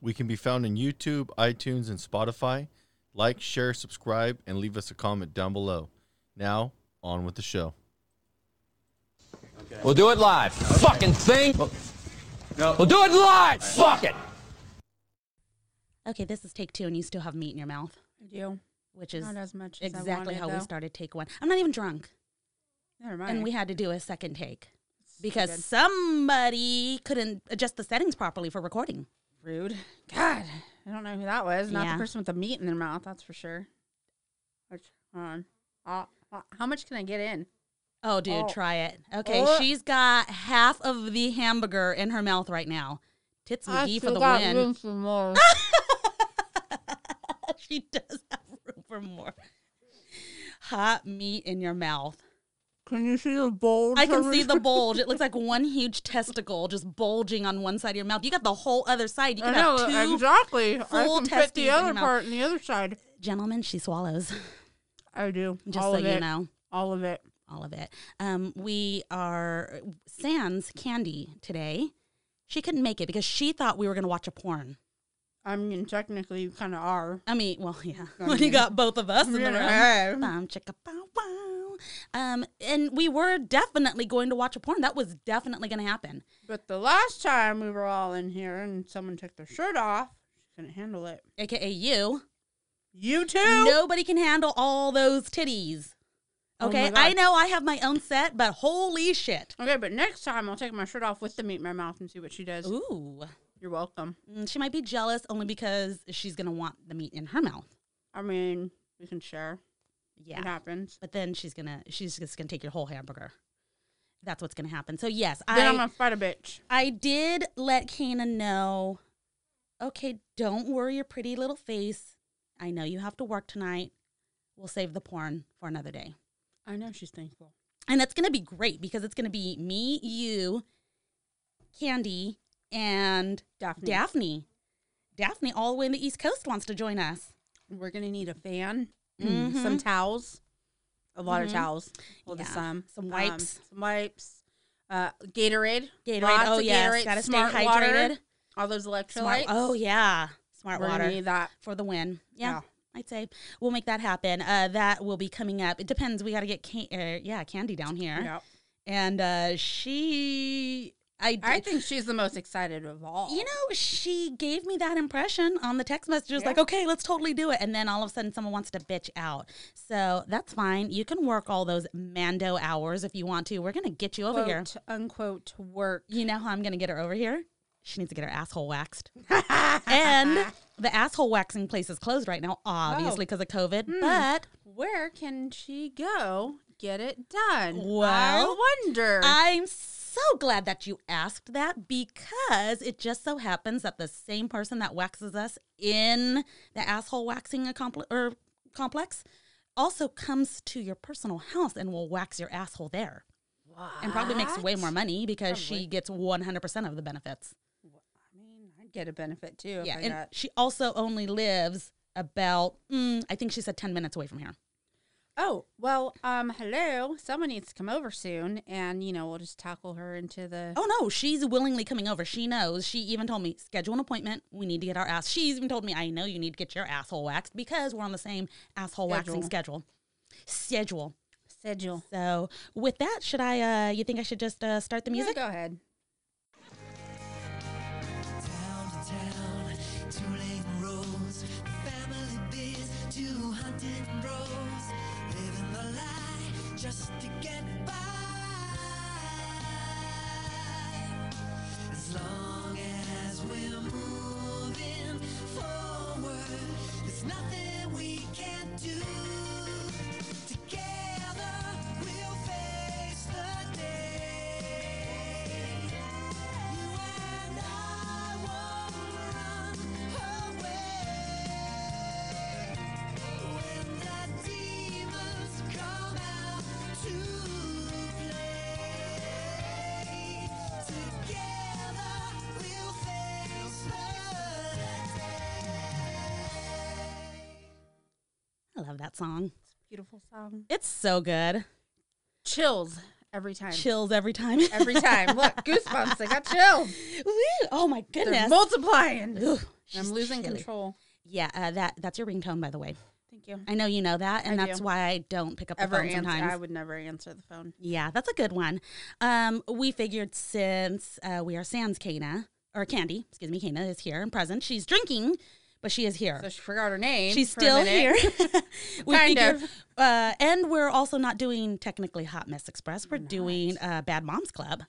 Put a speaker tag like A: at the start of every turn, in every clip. A: We can be found on YouTube, iTunes, and Spotify. Like, share, subscribe, and leave us a comment down below. Now, on with the show.
B: We'll do it live. Fucking thing.
C: No.
B: We'll do it live. Fuck it.
D: Okay, this is take two, and you still have meat in your mouth,
E: I do.
D: which is
E: Not as much as I
D: exactly
E: wanted,
D: how we
E: though.
D: started take one. I'm not even drunk,
E: Never mind.
D: and we had to do a second take because
E: good.
D: somebody couldn't adjust the settings properly for recording.
E: rude. God, I don't know who that was. Not
D: Yeah.
E: the person with the meat in their mouth, that's for sure. Which, hold on. Uh, uh, how much can I get in?
D: Oh, dude,
E: Oh.
D: try it. Okay,
E: Oh.
D: she's got half of the hamburger in her mouth right now. Tits McGee for the win.
E: E for more.
D: she does have room for more. Hot meat in your mouth.
E: can you see the bowl?
D: I can see the bulge. It looks like one huge testicle just bulging on one side of your mouth. You got the whole other side. You
E: I
D: can
E: know,
D: have two
E: exactly. I
D: full
E: can fit
D: testes in
E: the other
D: your mouth.
E: part and the other side.
D: gentlemen. She swallows.
E: I do.
D: Just
E: All
D: so
E: of
D: you
E: it.
D: know,
E: All of it.
D: all of it. Um, we are Sans Candy today. She couldn't make it because she thought we were going to watch a porn.
E: I mean, technically, you kind of are.
D: I mean, well, yeah. when you got both of us in the
E: You
D: room.
E: know.
D: Bum, chicka, bow, wow. Um, and we were definitely going to watch a porn. That was definitely going to happen.
E: But the last time we were all in here and someone took their shirt off, she couldn't handle it.
D: AKA you.
E: You too?
D: Nobody can handle all those titties.
E: Oh my
D: Okay,
E: God.
D: I know I have my own set, but holy shit.
E: Okay, but next time I'll take my shirt off with the meat in my mouth and see what she does.
D: Ooh.
E: You're welcome.
D: Mm, She might be jealous only because she's going to want the meat in her mouth.
E: I mean, we can share. It
D: Yeah.
E: happens.
D: But then she's going to she's just going to take your whole hamburger. That's what's going to happen. So yes, I
E: then I'm gonna fight a bitch.
D: I did let Kana know, okay, don't worry your pretty little face. I know you have to work tonight. We'll save the porn for another day.
E: I know she's thankful.
D: And that's going to be great because it's going to be me, you, Candy, and
E: Daphne.
D: Daphne. Daphne, all the way in the East Coast, wants to join us.
E: We're gonna need a fan, Mm,
D: Mhm.
E: some towels, a lot
D: Mhm.
E: of towels. Well,
D: Yeah.
E: just Mm-hmm. some,
D: Some
E: Um,
D: wipes.
E: some wipes. Uh, Gatorade.
D: Gatorade.
E: Lots
D: oh,
E: of
D: yes.
E: Gatorade,
D: Gotta stay
E: Smart
D: hydrated.
E: water, All those
D: Smart,
E: electrolytes.
D: oh, yeah. Smart
E: We're
D: water.
E: gonna need that.
D: for the win. Yeah,
E: Yeah.
D: I'd say we'll make that happen. Uh, that will be coming up. It depends. We got to get can- uh, yeah Candy down here,
E: Yeah.
D: and uh, she I, d-
E: I think she's the most excited of all.
D: you know she gave me that impression on the text message. It was
E: Yeah.
D: like, okay, let's totally do it, and then all of a sudden someone wants to bitch out. So that's fine. You can work all those Mando hours if you want to. We're gonna get you over here.
E: Quote, unquote work.
D: You know how I'm gonna get her over here? She needs to get her asshole waxed. and the asshole waxing place is closed right now, obviously because of COVID. But
E: Where can she go get it done?
D: Well,
E: I wonder.
D: I'm so glad that you asked that because it just so happens that the same person that waxes us in the asshole waxing accompli- or complex also comes to your personal house and will wax your asshole there. And probably makes way more money because she gets 100% of the benefits.
E: I mean, I'd get a benefit too.
D: yeah.
E: if I
D: And
E: got-
D: she also only lives about, mm, I think she said 10 minutes away from here.
E: Oh well. Um. Hello. Someone needs to come over soon, and you know we'll just tackle her into the.
D: Oh no, she's willingly coming over. She knows. She even told me, schedule an appointment. We need to get our ass. She even told me, I know you need to get your asshole waxed because we're on the same asshole waxing schedule. Schedule.
E: schedule.
D: So with that, should I? uh You think I should just uh, start the
E: Yeah,
D: music?
E: go ahead.
F: Town to town, two lane roads, family biz, two hunting bros, living the lie just to get by. As long as we're moving forward, there's nothing we can't do. Together we'll face the day. You and I won't run away when the demons come out to play. Together we'll face the day.
D: I love that song.
E: Beautiful song.
D: It's so good.
E: Chills every time.
D: Chills every time.
E: Every time. Look, goosebumps. I got chills.
D: Woo! oh my
E: They're
D: goodness.
E: multiplying.
D: Ooh,
E: I'm
D: She's
E: losing
D: chilly.
E: control.
D: Yeah, uh, that that's your ringtone, by the way.
E: Thank you.
D: I know you know that, and
E: I
D: that's
E: do.
D: why I don't pick up the
E: Ever
D: phone
E: answer?
D: sometimes.
E: I would never answer the phone.
D: Yeah, that's a good one. Um, we figured since uh, we are Sans Kana, or Candy, excuse me, Kana is here and present. She's drinking, but she is here.
E: So she forgot her name.
D: She's
E: for a
D: still
E: minute.
D: here. we
E: Kind
D: figure-
E: of.
D: Uh, and we're also not doing technically Hot Mess Express. We're doing uh, Bad Moms Club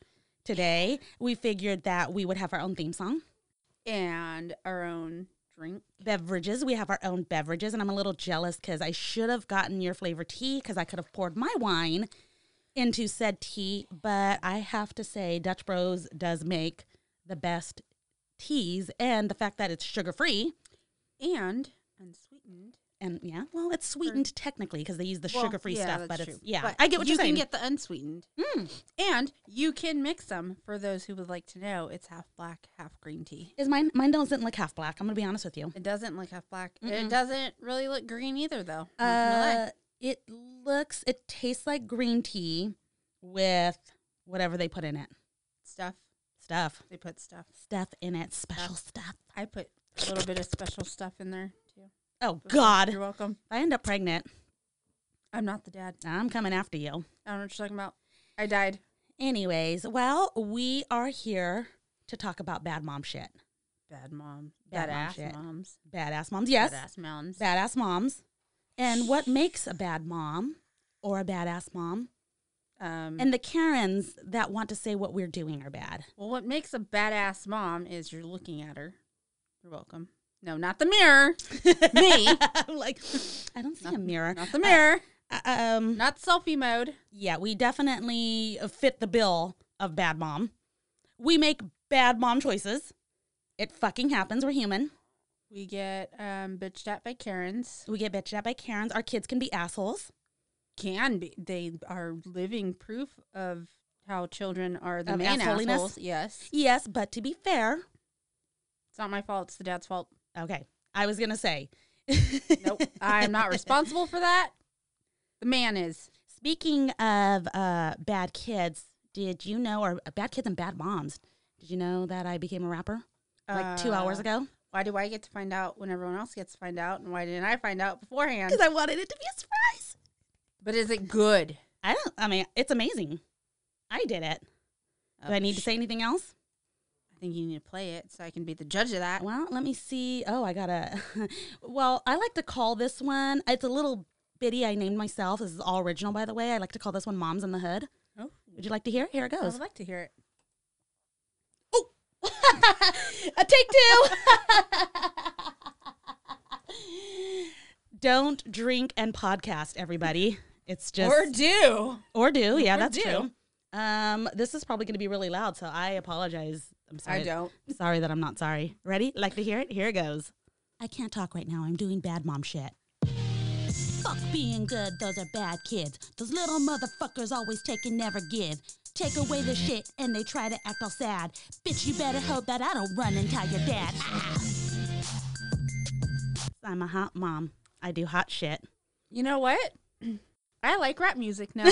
D: today. We figured that we would have our own theme song.
E: And our own drink.
D: Beverages. We have our own beverages, and I'm a little jealous because I should have gotten your flavor tea because I could have poured my wine into said tea. But I have to say, Dutch Bros does make the best teas, and the fact that it's sugar free.
E: And unsweetened.
D: And yeah, well, it's sweetened technically because they use the
E: Well,
D: sugar free
E: yeah,
D: stuff,
E: that's
D: but it's
E: true.
D: yeah.
E: But
D: I get what
E: you
D: you're saying.
E: can get the unsweetened. Mm. And you can mix them for those who would like to know. It's half black, half green tea.
D: Is mine mine doesn't look half black. I'm gonna be honest with you.
E: It doesn't look half black. It doesn't really look green either, though. Not gonna lie.
D: Uh, it looks it tastes like green tea with whatever they put in it.
E: stuff.
D: Stuff.
E: They put stuff.
D: Stuff in it. Special stuff.
E: I put a little bit of special stuff in there too.
D: Oh God.
E: You're
D: If
E: welcome.
D: I end up pregnant,
E: I'm not the dad.
D: I'm coming after you.
E: I don't know what you're talking about. I died.
D: Anyways, well, we are here to talk about bad mom shit.
E: Bad mom.
D: Bad mom
E: Badass
D: shit.
E: moms.
D: Badass moms, yes.
E: Badass moms.
D: Badass moms. And what makes a bad mom or a badass mom?
E: um,
D: And the Karens that want to say what we're doing are bad.
E: well, what makes a badass mom is you're looking at her. You're welcome. No, not the mirror. Me.
D: I'm like, I don't see a mirror.
E: Not the mirror.
D: Uh, um,
E: not selfie mode.
D: yeah, we definitely fit the bill of bad mom. We make bad mom choices. It fucking happens. We're human.
E: We get um, bitched at by Karens.
D: We get bitched at by Karens. Our kids can be assholes.
E: Can be. They are living proof of how children are the
D: Of
E: main
D: assholiness?
E: assholes. Yes.
D: Yes, but to be fair,
E: It's not my fault. It's the dad's fault.
D: okay, I was gonna say.
E: Nope. I'm not responsible for that. The man is.
D: Speaking of uh, bad kids, did you know, or uh, bad kids and bad moms, did you know that I became a rapper like two hours
E: Uh,
D: ago?
E: Why do I get to find out when everyone else gets to find out? And why didn't I find out beforehand?
D: Because I wanted it to be a surprise.
E: But is it good?
D: I don't. I mean, it's amazing. I did it. Do I need to say anything else?
E: I think you need to play it so I can be the judge of that.
D: Well, let me see. Oh, I gotta. well, I like to call this one. It's a little bitty. I named myself. This is all original, by the way. I like to call this one "Moms in the Hood."
E: Oh,
D: Would you like to hear? it? Here it
E: I
D: goes.
E: would like to hear it.
D: a take two. Don't drink and podcast, everybody. It's just
E: or do.
D: or do. Yeah,
E: or
D: that's
E: do.
D: true. Um, this is probably going to be really loud, so I apologize. I'm sorry.
E: I don't.
D: Sorry that I'm not sorry. Ready? Like to hear it? Here it goes. I can't talk right now. I'm doing bad mom shit. Fuck being good. Those are bad kids. Those little motherfuckers always take and never give. Take away the shit and they try to act all sad. Bitch, you better hope that I don't run and tell your dad. Ah. I'm a hot mom. I do hot shit.
E: You know what? I like rap music now.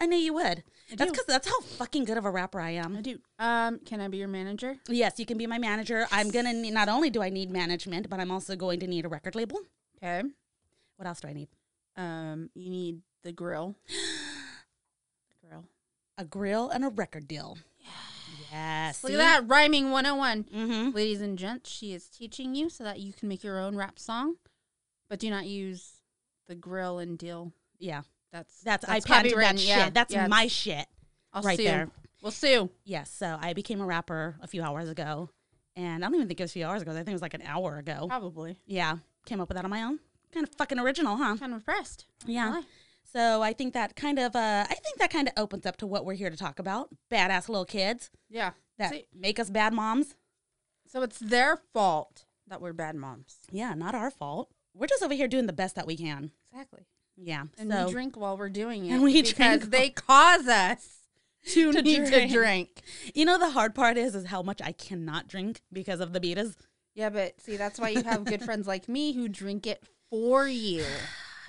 D: I knew you would. That's
E: do.
D: because that's how fucking good of a rapper I am.
E: I do. Um, can I be your manager?
D: Yes, you can be my manager. I'm gonna need, not only do I need management, but I'm also going to need a record label.
E: Okay.
D: What else do I need?
E: Um, you need the grill. the grill.
D: A grill and a record deal. Yes.
E: Look at that rhyming 101.
D: Mm-hmm.
E: Ladies and gents, she is teaching you so that you can make your own rap song, but do not use the grill and deal.
D: Yeah.
E: That's
D: That's, I patented that
E: copywritten.
D: shit.
E: Yeah,
D: That's
E: yeah,
D: my
E: it's-
D: shit.
E: I'll
D: right
E: sue.
D: there.
E: We'll sue.
D: Yes. So I became a rapper a few hours ago, and I don't even think it was a few hours ago. I think it was like an hour ago.
E: Probably.
D: Yeah. Came up with that on my own. Kind of fucking original, huh?
E: Kind of impressed.
D: Yeah.
E: Really.
D: So I think that kind of uh, I think that kind of opens up to what we're here to talk about: badass little kids
E: Yeah.
D: that
E: See,
D: make us bad moms.
E: so it's their fault that we're bad moms.
D: Yeah, not our fault. We're just over here doing the best that we can.
E: Exactly.
D: Yeah.
E: And
D: so
E: we drink while we're doing it.
D: And we
E: because
D: drink
E: they cause us to,
D: To
E: need
D: drink.
E: to drink.
D: you know the hard part is is how much I cannot drink because of the betas.
E: Yeah, but see, that's why you have good friends like me who drink it for you.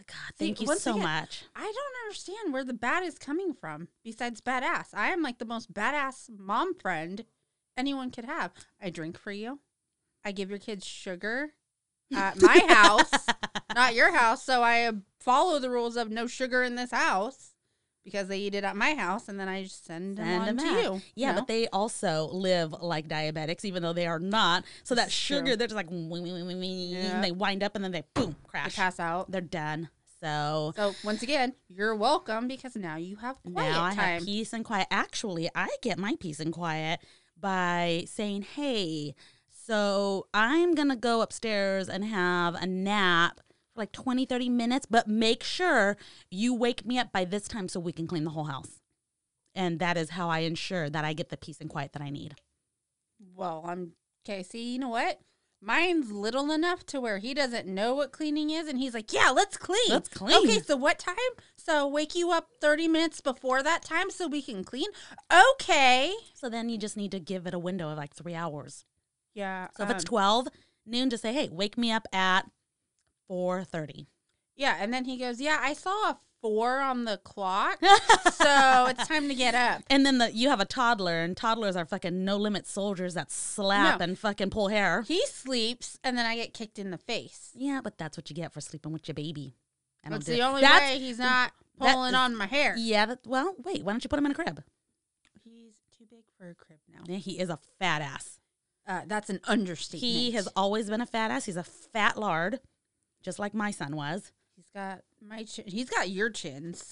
D: God, thank you
E: once
D: so
E: again-
D: much.
E: I don't understand where the bad is coming from besides badass. I am like the most badass mom friend anyone could have. I drink for you. I give your kids sugar at my house, not your house. So I follow the rules of no sugar in this house because they eat it at my house, and then I just send them
D: Send
E: on
D: them
E: to
D: back.
E: you.
D: Yeah,
E: you know?
D: but they also live like diabetics, even though they are not. So that
E: This is true.
D: sugar, they're just like, "Wing, wing, wing, wing, wing,"
E: Yeah.
D: and they wind up and then they boom
E: They
D: crash.
E: pass out.
D: They're done. So
E: So once again, you're welcome because now you have quiet
D: now I
E: time.
D: have peace and quiet. Actually, I get my peace and quiet by saying, "Hey, so I'm going to go upstairs and have a nap for like 20, 30 minutes, but make sure you wake me up by this time so we can clean the whole house." And that is how I ensure that I get the peace and quiet that I need.
E: Well, I'm okay. See, you know what? Mine's little enough to where he doesn't know what cleaning is, and he's like, "Yeah, let's clean.
D: Let's clean."
E: Okay, so what time? So wake you up thirty minutes before that time so we can clean. Okay.
D: So then you just need to give it a window of like three hours.
E: Yeah.
D: So if it's
E: um,
D: twelve noon, just say, "Hey, wake me up at 4.30.
E: yeah, and then he goes, "Yeah, I saw a four on the clock, so it's time to get up."
D: And then the, you have a toddler, and toddlers are fucking no limit soldiers that slap
E: No.
D: and fucking pull hair.
E: He sleeps, and then I get kicked in the face.
D: Yeah, but that's what you get for sleeping with your baby. I don't
E: That's
D: do
E: the
D: it.
E: only
D: That's-
E: way he's not
D: that
E: pulling
D: is-
E: on my hair.
D: Yeah. That, well, wait. Why don't you put him in a crib?
E: He's too big for a crib now.
D: Yeah, he is a fat ass.
E: Uh, that's an understatement.
D: He has always been a fat ass. He's a fat lard, just like my son was.
E: He's got my chin. He's got your chins.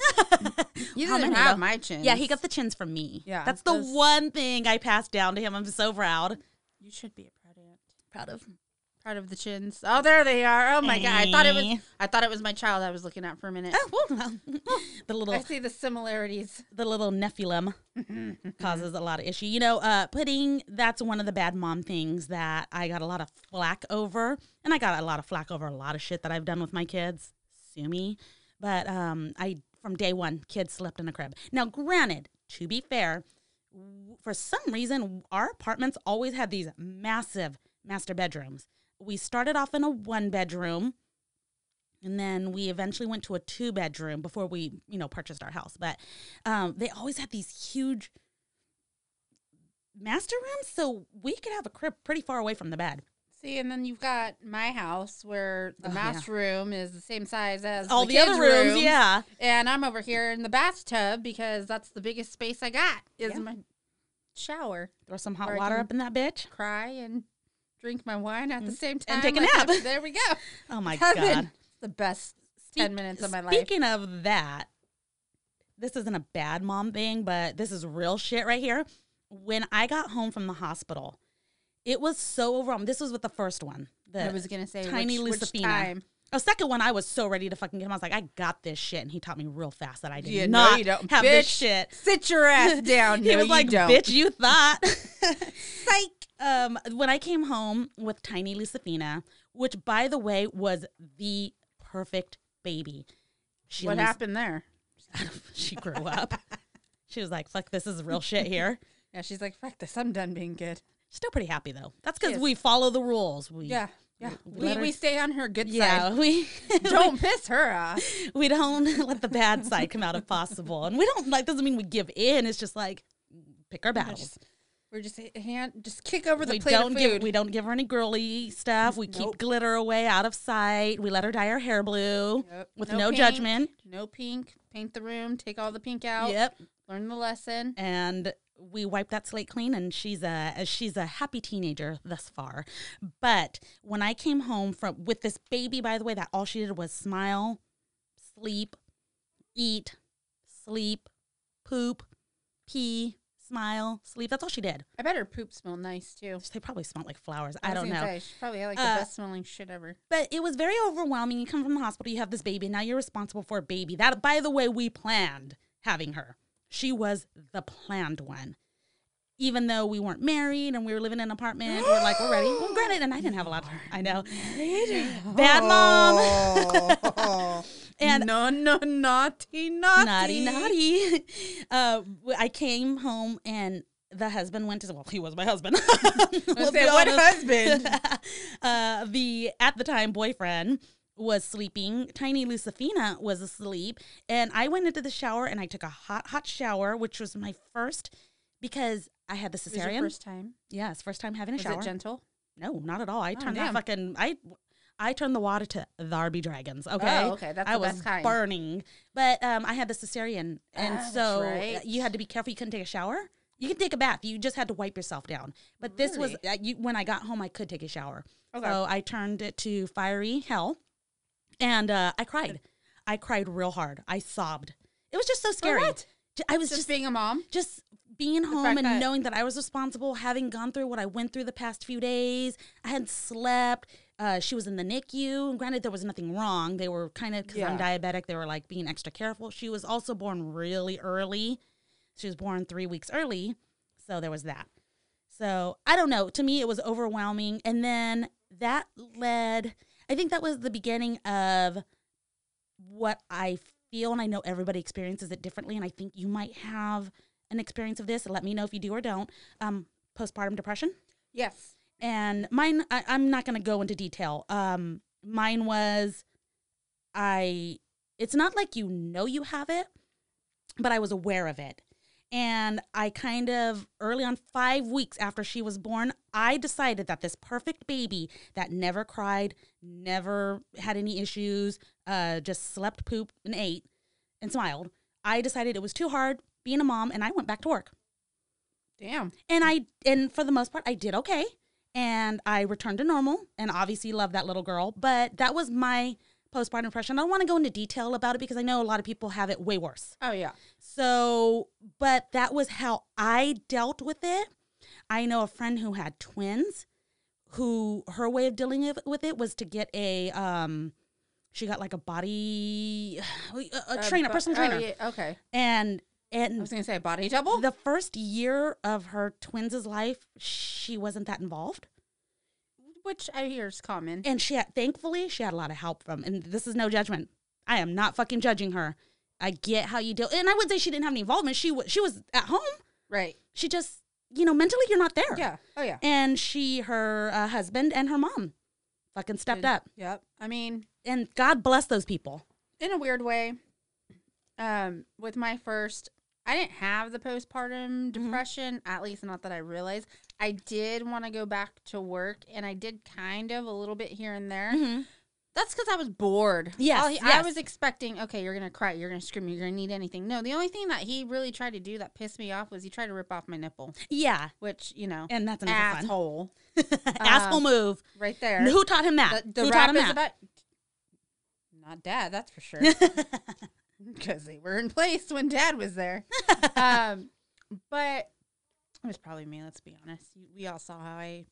E: you
D: How
E: didn't
D: many,
E: have
D: though?
E: my chins.
D: Yeah, he got the chins from me.
E: Yeah,
D: that's the
E: those-
D: one thing I passed down to him. I'm so proud.
E: You should be a proud aunt.
D: Proud of.
E: Proud of the chins. Oh, there they are. Oh my god! I thought it was.
D: Hey.
E: I thought it was my child. I was looking at for a minute.
D: Oh, the
E: I
D: little
E: see the similarities.
D: the little nephilim causes a lot of issue. You know, uh, pudding. That's one of the bad mom things that I got a lot of flack over, and I got a lot of flack over a lot of shit that I've done with my kids. Sue me, but um, I from day one, kids slept in a crib. Now, granted, to be fair, w- for some reason, our apartments always had these massive master bedrooms. We started off in a one bedroom. And then we eventually went to a two bedroom before we, you know, purchased our house. But um, they always had these huge master rooms, so we could have a crib pretty far away from the bed.
E: See, and then you've got my house where the
D: Oh, yeah.
E: master room is the same size as
D: All the, other
E: kids'
D: rooms, yeah.
E: And I'm over here in the bathtub because that's the biggest space I got is
D: Yeah.
E: my shower.
D: Throw some hot
E: Or I
D: water
E: can-
D: up in that bitch.
E: Cry and drink my wine at the same time
D: Mm. and take a
E: like,
D: nap.
E: There we go.
D: Oh my
E: Heaven.
D: god.
E: The best
D: Speak-
E: 10 minutes of my life.
D: Speaking of that, this isn't a bad mom thing, but this is real shit right here. When I got home from the hospital, it was so overwhelming. This was with the first one. The
E: I was gonna say
D: tiny
E: which, which
D: Lucifina.
E: time.
D: A second one, I was so ready to fucking get him. I was like, I got this shit, and he taught me real fast that I did
E: Yeah, no,
D: not
E: you don't.
D: have this
E: Bitch.
D: shit.
E: Sit your ass down.
D: he
E: No,
D: was
E: you
D: like,
E: don't.
D: "Bitch, you thought." Psych. Um, when I came home with tiny Lucifina, which by the way was the perfect baby. She
E: What
D: only-
E: happened there?
D: She grew up. she was like, "Fuck, this is real shit here."
E: Yeah, she's like, fuck this. I'm done being good.
D: Still pretty happy though. That's
E: She
D: because
E: is.
D: we follow the rules. We
E: Yeah, yeah.
D: We-
E: We,
D: we
E: we stay on her good
D: yeah
E: side.
D: we
E: Don't piss her off.
D: we don't let the bad side come out if possible, and we don't like doesn't mean we give in. It's just like pick our battles.
E: We're just hand, just kick over the
D: we
E: plate
D: don't
E: of
D: give
E: food.
D: we don't give her any girly stuff. We
E: Nope.
D: keep glitter away out of sight. We let her dye her hair blue
E: Yep.
D: with
E: No
D: no,
E: pink.
D: judgment.
E: no pink. Paint the room. Take all the pink out.
D: Yep.
E: Learn the lesson.
D: And we wipe that slate clean and she's a she's a happy teenager thus far. But when I came home from with this baby by the way that all she did was smile, sleep, eat, sleep, poop, pee, smile, sleep. That's all she did.
E: I bet her poop smelled nice too.
D: They probably smelled like flowers. I,
E: was
D: don't know.
E: gonna say, she probably had like
D: Uh,
E: the best smelling shit ever.
D: But it was very overwhelming. You come from the hospital, you have this baby, now you're responsible for a baby. That, by the way, we planned having her. She was the planned one. Even though we weren't married and we were living in an apartment, we're like, we're ready. Well, granted, and I didn't have a lot. Of, I know. Bad mom.
E: Oh.
D: And-
E: no, no, naughty, naughty,
D: naughty, naughty. Uh, w- I came home and the husband went to well, he was my husband. Let's
E: say,
D: be
E: "What
D: honest."
E: husband?
D: uh, the at the time boyfriend was sleeping. Tiny Lucifina was asleep, and I went into the shower and I took a hot, hot shower, which was my first because I had the
E: It was your
D: cesarean.
E: first time.
D: Yes, first time having a
E: Was
D: shower.
E: it gentle?
D: No, not at all. I turned that
E: Oh, damn.
D: fucking I I turned the water to Darby Dragons. Okay.
E: Oh, okay. That's
D: I
E: the
D: was
E: best kind.
D: burning. But um I had the cesarean and
E: Ah, that's
D: so uh,
E: right.
D: you had to be careful you couldn't take a shower. You could take a bath. You just had to wipe yourself down. But this was uh, you, when I got home I could take a shower.
E: Okay.
D: So I turned it to fiery hell and uh I cried. I cried real hard. I sobbed. It was just so scary.
E: what?
D: J- I was
E: Just
D: just
E: being a mom.
D: just being home
E: Mm-hmm. fact
D: and
E: that-
D: knowing that I was responsible, having gone through what I went through the past few days, I hadn't slept. Uh, she was in the NICU. And granted, there was nothing wrong. They were kind of, because I'm
E: Yeah.
D: diabetic, they were like being extra careful. She was also born really early. She was born three weeks early. So there was that. So I don't know. To me, it was overwhelming. And then that led, I think that was the beginning of what I feel, and I know everybody experiences it differently, and I think you might have an experience of this. Let me know if you do or don't. Um, postpartum depression,
E: Yes.
D: and mine. I, I'm not going to go into detail. Um, mine was, I. It's not like you know you have it, but I was aware of it. And I kind of early on, five weeks after she was born, I decided that this perfect baby that never cried, never had any issues, uh, just slept, pooped, and ate and smiled, I decided it was too hard being a mom and I went back to work.
E: Damn.
D: And I, and for the most part, I did okay. And I returned to normal and obviously loved that little girl. But that was my postpartum depression. I don't want to go into detail about it because I know a lot of people have it way worse.
E: Oh yeah.
D: So, but that was how I dealt with it. I know a friend who had twins who her way of dealing of- with it was to get a um she got like a body a, a
E: Uh,
D: trainer,
E: bu-
D: personal
E: oh,
D: trainer.
E: yeah, Okay.
D: And
E: I
D: and
E: was gonna say body double.
D: the first year of her twins' life, she wasn't that involved.
E: which I hear is common.
D: and she had, thankfully she had a lot of help from and this is no judgment i am not fucking judging her i get how you deal and i would say she didn't have any involvement she was she was at home
E: right.
D: she just you know mentally you're not there
E: Yeah. Oh yeah.
D: and she her uh, husband and her mom fucking stepped up
E: Yep. I mean,
D: and god bless those people
E: in a weird way, um, with my first, I didn't have the
D: Mm-hmm.
E: postpartum depression, at least not that I realized. I did want to go back to work, and I did kind of a little bit here and there. That's because I was bored.
D: Mm-hmm. Yes,
E: All he- I
D: yes.
E: was expecting, okay, you're going to cry, you're going to scream, you're going to need anything. No, the only thing that he really tried to do that pissed me off was he tried to rip off my nipple,
D: yeah
E: which, you know,
D: and that's another fun
E: asshole
D: asshole move
E: right there.
D: who taught him that
E: The, the
D: who
E: rap
D: taught him
E: is
D: that
E: about not dad, that's for sure, because they were in place when dad was there. um, but it was probably me. Let's be honest. You- We all saw how I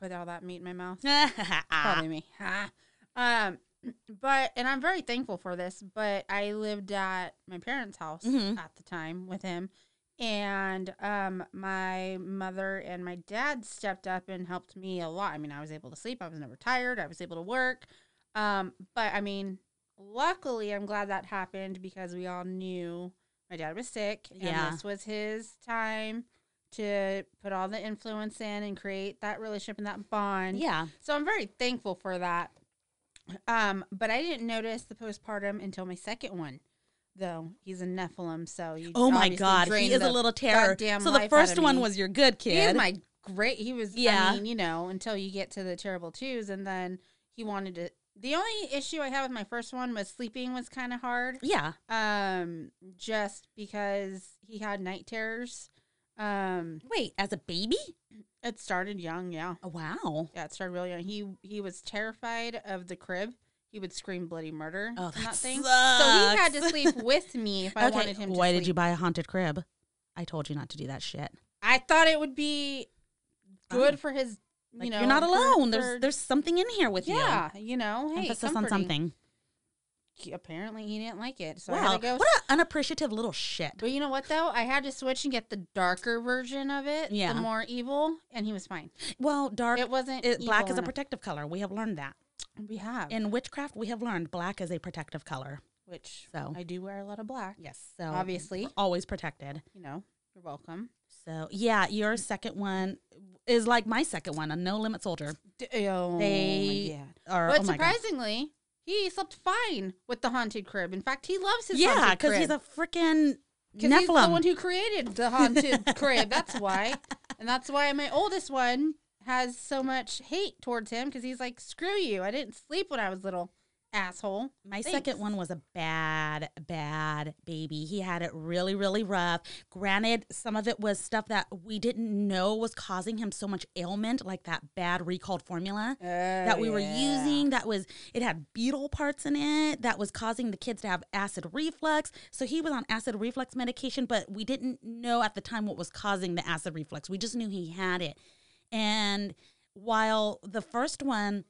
E: put all that meat in my mouth. Probably me. Ha. Um, but and I'm very thankful for this. But I lived at my parents' house
D: Mhm.
E: at the time with him, and um, my mother and my dad stepped up and helped me a lot. I mean, I was able to sleep. I was never tired. I was able to work. Um, but I mean, luckily, I'm glad that happened because we all knew my dad was sick, and
D: Yeah.
E: this was his time to put all the influence in and create that relationship and that bond.
D: yeah
E: So I'm very thankful for that. Um, but I didn't notice the postpartum until my second one, though. He's a Nephilim, so you
D: oh my
E: obviously
D: god
E: drain
D: he is a
E: the
D: little terror
E: goddamn
D: so
E: life
D: the
E: out
D: first
E: of
D: one
E: me.
D: was your good kid
E: He is my great. He was. Yeah.
D: Yeah.
E: I mean, you know, until you get to the terrible twos, and then he wanted to. The only issue I had with my first one was sleeping was kind of hard
D: yeah
E: um just because he had night terrors um
D: Wait, as a baby?
E: it started young yeah
D: Oh, Wow.
E: yeah it started really young he he was terrified of the crib he would scream bloody murder
D: Oh,
E: from
D: that
E: so he had to
D: sucks.
E: sleep with me if i wanted him to
D: Why did you
E: sleep.
D: buy a haunted crib? I told you not to do that shit.
E: i thought it would be good for his you
D: Like, you
E: know
D: are not
E: for-
D: alone.
E: for-
D: there's there's something in here with
E: yeah you know
D: you.
E: hey
D: Emphasis on
E: comforting.
D: something.
E: He- apparently he didn't like it so i
D: wow,
E: had to go
D: what an unappreciative little shit.
E: But you know what though? I had to switch and get the darker version of it,
D: Yeah.
E: the more evil, and he was fine.
D: Well, dark.
E: It wasn't
D: it- black
E: evil
D: is a
E: enough.
D: protective color. We have learned that
E: We have,
D: in witchcraft. We have learned black is a protective color.
E: which
D: so. Oh.
E: I do wear a lot of black.
D: Yes, so
E: Obviously.
D: we're always protected.
E: You know, you're welcome.
D: So yeah, your second one is like my second one, a no limit soldier.
E: eh, oh
D: They are
E: but
D: oh my Oh God.
E: surprisingly, he slept fine with the haunted crib. In fact, he loves his
D: Yeah,
E: haunted crib.
D: because he's a freaking
E: 'Cause he's the
D: Nephilim.
E: one who created the haunted crib. That's why, and that's why my oldest one has so much hate towards him because he's like, screw you. I didn't sleep when I was little, asshole.
D: My
E: Thanks.
D: second one was a bad, bad baby. He had it really, really rough. Granted, some of it was stuff that we didn't know was causing him so much ailment, like that bad recalled formula
E: Oh,
D: that we were using. That was, it had beetle parts in it that was causing the kids to have acid reflux. So he was on acid reflux medication, but we didn't know at the time what was causing the acid reflux. We just knew he had it. And while the first one,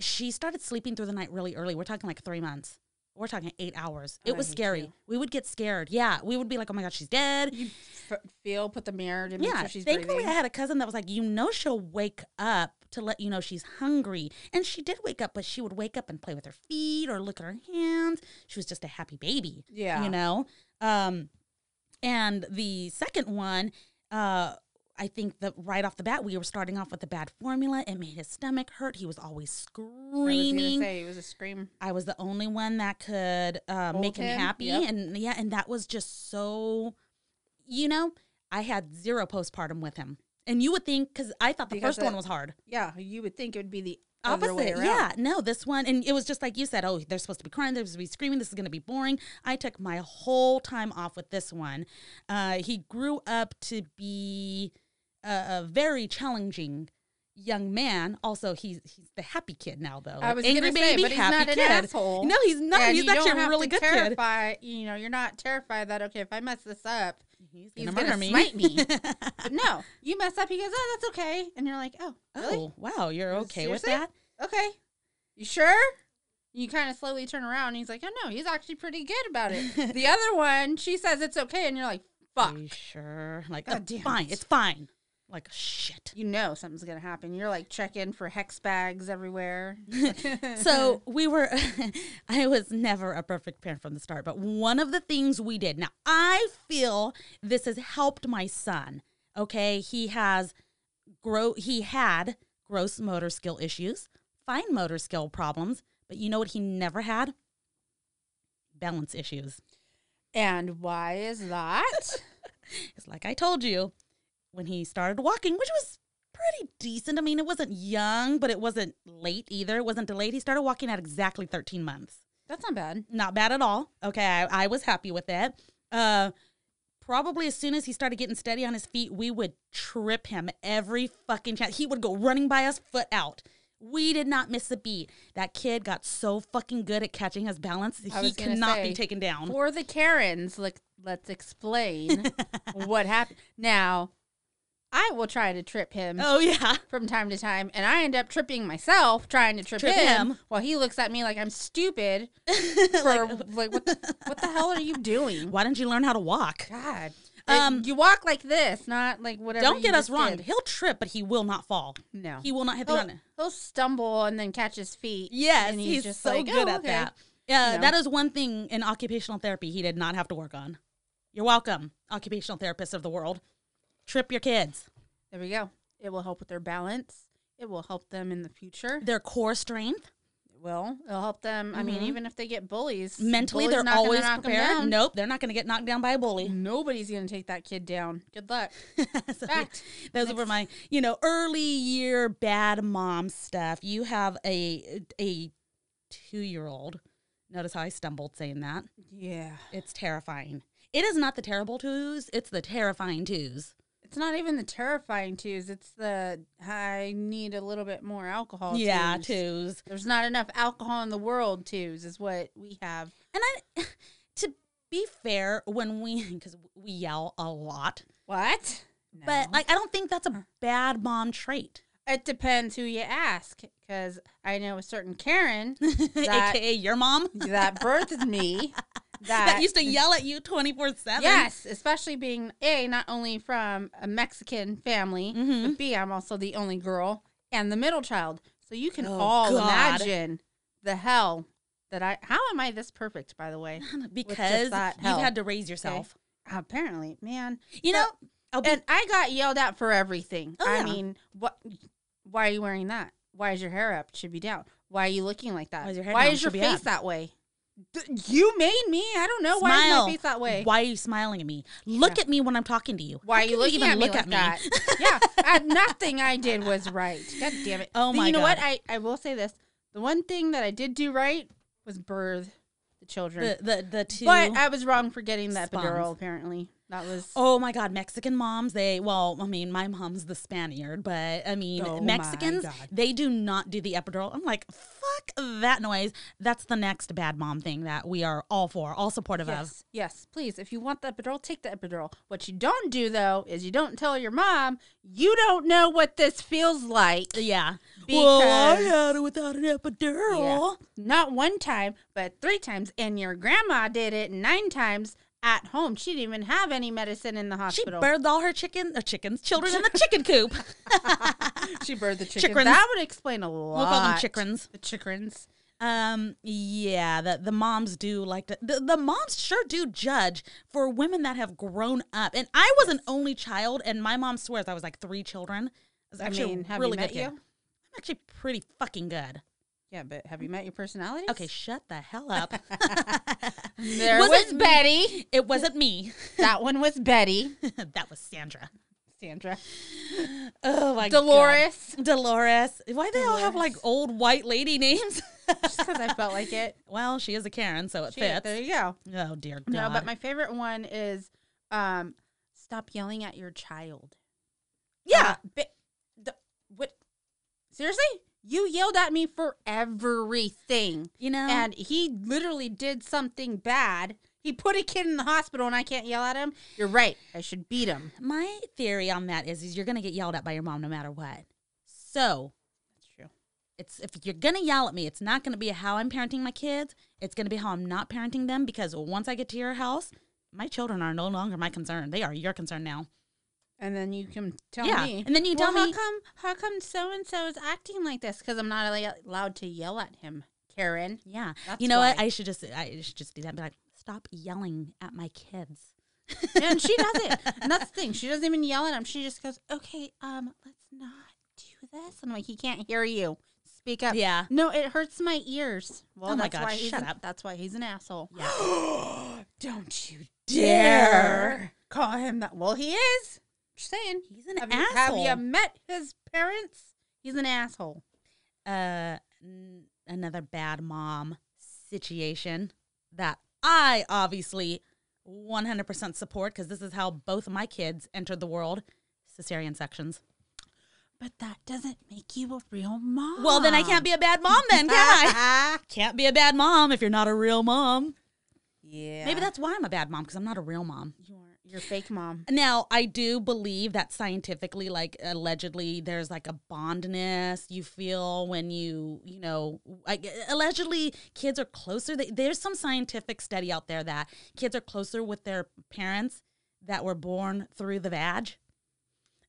D: she started sleeping through the night really early. We're talking like three months. We're talking eight hours. It
E: Oh,
D: was
E: me
D: scary.
E: too.
D: We would get scared. Yeah, we would be like, "Oh my god, she's dead."
E: You f- feel, put the mirror to make
D: yeah.
E: sure she's
D: Thankfully,
E: breathing.
D: I had a cousin that was like, "You know, she'll wake up to let you know she's hungry," and she did wake up, but she would wake up and play with her feet or look at her hands. She was just a happy baby.
E: yeah.
D: You know? Um, and the second one, uh, I think that right off the bat, we were starting off with the bad formula. It made his stomach hurt. He was always
E: I was
D: screaming.
E: gonna say it was a scream.
D: I was the only one that could uh,
E: Hold
D: make him,
E: him,
D: happy,
E: yep.
D: and yeah, and that was just so, you know, I had zero postpartum with him, and you would think because I thought the
E: Because
D: first one
E: that-
D: was hard.
E: Yeah, you would think it would be the other way
D: Opposite,
E: around.
D: yeah, no, this one, and it was just like you said. Oh, they're supposed to be crying, they're supposed to be screaming. This is going to be boring. I took my whole time off with this one. Uh, he grew up to be a, a very challenging young man. Also, he's he's the happy kid now, though.
E: I
D: Like,
E: was
D: angry
E: gonna say,
D: baby,
E: but he's
D: happy
E: not an
D: kid.
E: asshole.
D: No, he's not.
E: And
D: he's
E: you
D: actually
E: don't
D: a
E: have
D: really
E: to
D: good kid.
E: terrify, You know, you're not terrified that okay, if I mess this up, he's gonna, smite me. but no, you mess up, he goes, oh, that's okay, and you're like, oh, really?
D: Oh, wow, you're okay
E: Seriously?
D: with that?
E: Okay, you sure? You kind of slowly turn around, and he's like, oh no, he's actually pretty good about it. the other one, she says it's okay, and you're like, fuck,
D: Are you sure? Like,
E: God
D: "Oh,
E: damn
D: fine,
E: it.
D: it's fine. Like, shit.
E: you know something's gonna happen. You're like checking for hex bags everywhere.
D: So we were, I was never a perfect parent from the start, but one of the things we did, now I feel this has helped my son. Okay. He has grow, he had gross motor skill issues, fine motor skill problems, but you know what he never had? Balance issues.
E: and why is that?
D: It's like I told you when he started walking, which was pretty decent. I mean, it wasn't young, but it wasn't late either. It wasn't delayed. He started walking at exactly 13 months.
E: That's not bad.
D: Not bad at all. Okay, I, I was happy with it. Uh, probably as soon as he started getting steady on his feet, we would trip him every fucking chance. He would go running by us, foot out. We did not miss a beat. That kid got so fucking good at catching his balance.
E: I
D: He
E: was gonna
D: cannot
E: say,
D: be taken down.
E: For the Karens, look, let's explain what happened. Now, I will try to trip him
D: Oh yeah.
E: from time to time, and I end up tripping myself trying to trip,
D: Trip
E: him,
D: him.
E: while he looks at me like I'm stupid. For like, what, the, what the hell are you doing?
D: Why didn't you learn how to walk?
E: God,
D: Um,
E: um, you walk like this, not like whatever.
D: Don't
E: you
D: get us
E: just
D: wrong.
E: did.
D: He'll trip, but he will not fall.
E: No.
D: He will not hit the
E: He'll,
D: ground.
E: he'll stumble and then catch his feet.
D: Yes,
E: and
D: he's, so
E: like,
D: good
E: "Oh,
D: at
E: okay."
D: that. Yeah,
E: No.
D: that is one thing in occupational therapy he did not have to work on. You're welcome, occupational therapists of the world. Trip your kids.
E: There we go. It will help with their balance. It will help them in the future.
D: Their core strength.
E: Well, it'll help them. I mean, even if they get bullies,
D: Mm-hmm. Mentally,
E: bullies
D: they're
E: not gonna
D: always
E: knock 'em
D: prepared.
E: down. Mm.
D: Nope, they're not going to get knocked down by a bully.
E: nobody's gonna take that kid down. Good luck.
D: So,
E: Fact.
D: Those were my, you know, early year bad mom stuff. You have a a two year old. Notice how I stumbled saying that.
E: Yeah,
D: It's terrifying. It is not the terrible twos, it's the terrifying twos.
E: it's not even the terrifying twos. It's the I need a little bit more alcohol.
D: yeah,
E: twos.
D: twos.
E: There's not enough alcohol in the world. Twos is what we have.
D: And I to be fair, when we cuz we yell a lot,
E: What?
D: but
E: No.
D: like I don't think that's
E: Uh.
D: a bad mom trait.
E: it depends who you ask. Because I know a certain Karen that
D: AKA your mom
E: that birthed me. That,
D: that used to yell at you 24/7.
E: Yes, especially being A, not only from a Mexican family,
D: Mm-hmm.
E: but B, I'm also the only girl and the middle child. So you can
D: Oh,
E: all
D: God.
E: imagine the hell that I. How am I this perfect, by the way?
D: Because
E: that
D: you've
E: help.
D: had to raise yourself.
E: Apparently, man.
D: You
E: So-
D: know, I'll be-
E: and I got yelled at for everything.
D: Oh,
E: I
D: yeah.
E: mean, what? Why are you wearing that? Why is your hair up? It Should be down. Why are you looking like that?
D: Why is your head down?
E: is your
D: Should be
E: face
D: up.
E: that way? D- you made me. I don't know why is
D: Smile.
E: my face that way.
D: Why are you smiling at me? Look at me when I'm talking to you. How
E: Why are
D: can
E: you looking
D: even
E: at me
D: look
E: like
D: at
E: that?
D: me?
E: yeah, I, nothing I did was right. God damn it.
D: Oh
E: Then
D: my
E: You know what?
D: God.
E: I, I will say this. The one thing that I did do right was birth the children.
D: The the the two.
E: but uh, I was wrong for getting the
D: Spawns.
E: epidural, apparently. That was.
D: Oh my God, Mexican moms, they, well, I mean, my mom's the Spaniard, but I mean,
E: Oh my
D: Mexicans,
E: God.
D: they do not do the epidural. I'm like, fuck that noise. That's the next bad mom thing that we are all for, all supportive of.
E: Yes, yes, please. If you want the epidural, take the epidural. What you don't do though is you don't tell your mom you don't know what this feels like.
D: Yeah.
E: Because-
D: had it without an epidural.
E: Not one time, but three times. And your grandma did it nine times at home. She didn't even have any medicine in the
D: She
E: hospital.
D: birthed all her chicken, or chickens, children in the chicken coop.
E: she birthed the chicken.
D: Chickens.
E: That would explain a lot.
D: We'll call them chickens.
E: The chickens.
D: Um, yeah, the, the moms do like to, the, the moms sure do judge for women that have grown up. And I was an only child, and my mom swears I was like three children. I was
E: I
D: actually
E: mean, have
D: really
E: you met
D: good kid.
E: you?
D: I'm actually pretty fucking good.
E: Yeah, but have you met your personality?
D: Okay, shut the hell up.
E: there was,
D: Was it me?
E: Betty.
D: it wasn't me.
E: that one was Betty.
D: that was Sandra.
E: Sandra.
D: Oh my
E: Dolores.
D: God. Dolores. Why they all have like old white lady names?
E: Because I felt like it.
D: well, she is a Karen, so it
E: Gee,
D: fits.
E: there you go.
D: Oh dear God.
E: No, but my favorite one is um, stop yelling at your child.
D: yeah.
E: Uh, bi- the, what? Seriously? You yelled at me for everything.
D: You know?
E: And he literally did something bad. He put a kid in the hospital and I can't yell at him. You're right. I should beat him.
D: My theory on that is, is you're gonna get yelled at by your mom no matter what. So
E: That's true.
D: it's if you're gonna yell at me, it's not gonna be how I'm parenting my kids. It's gonna be how I'm not parenting them because once I get to your house, my children are no longer my concern. They are your concern now.
E: And then you can tell
D: Yeah,
E: me.
D: and then you tell
E: "Well,
D: me-
E: How come, how come so and so is acting like this? Because I'm not al- allowed to yell at him, Karen.
D: Yeah,
E: That's
D: you know what?
E: why.
D: I should just I should just do that. And be like, stop yelling at my kids.
E: and she does it. And that's the thing. She doesn't even yell at him. She just goes, "Okay, um, let's not do this." And I'm like, "He can't hear you. Speak up."
D: Yeah.
E: No, it hurts my ears. Well,
D: Oh my
E: that's
D: God,
E: why he's
D: shut
E: an-
D: up.
E: That's why he's an asshole.
D: Yeah,
E: Don't you
D: Dare.
E: call him that. Well, he is. Just saying.
D: he's an
E: have
D: asshole.
E: You, have you met his parents? He's an asshole.
D: uh, n- another bad mom situation that I obviously 100% support because this is how both of my kids entered the world cesarean sections.
E: But that doesn't make you a real mom.
D: Well, then I can't be a bad mom, then, can I? can't be a bad mom if you're not a real mom.
E: Yeah.
D: Maybe that's why I'm a bad mom because I'm not a real mom.
E: you are. You're fake mom.
D: Now, I do believe that scientifically, like allegedly, there's like a bondness you feel when you, you know, like allegedly kids are closer. They, there's some scientific study out there that kids are closer with their parents that were born through the vag.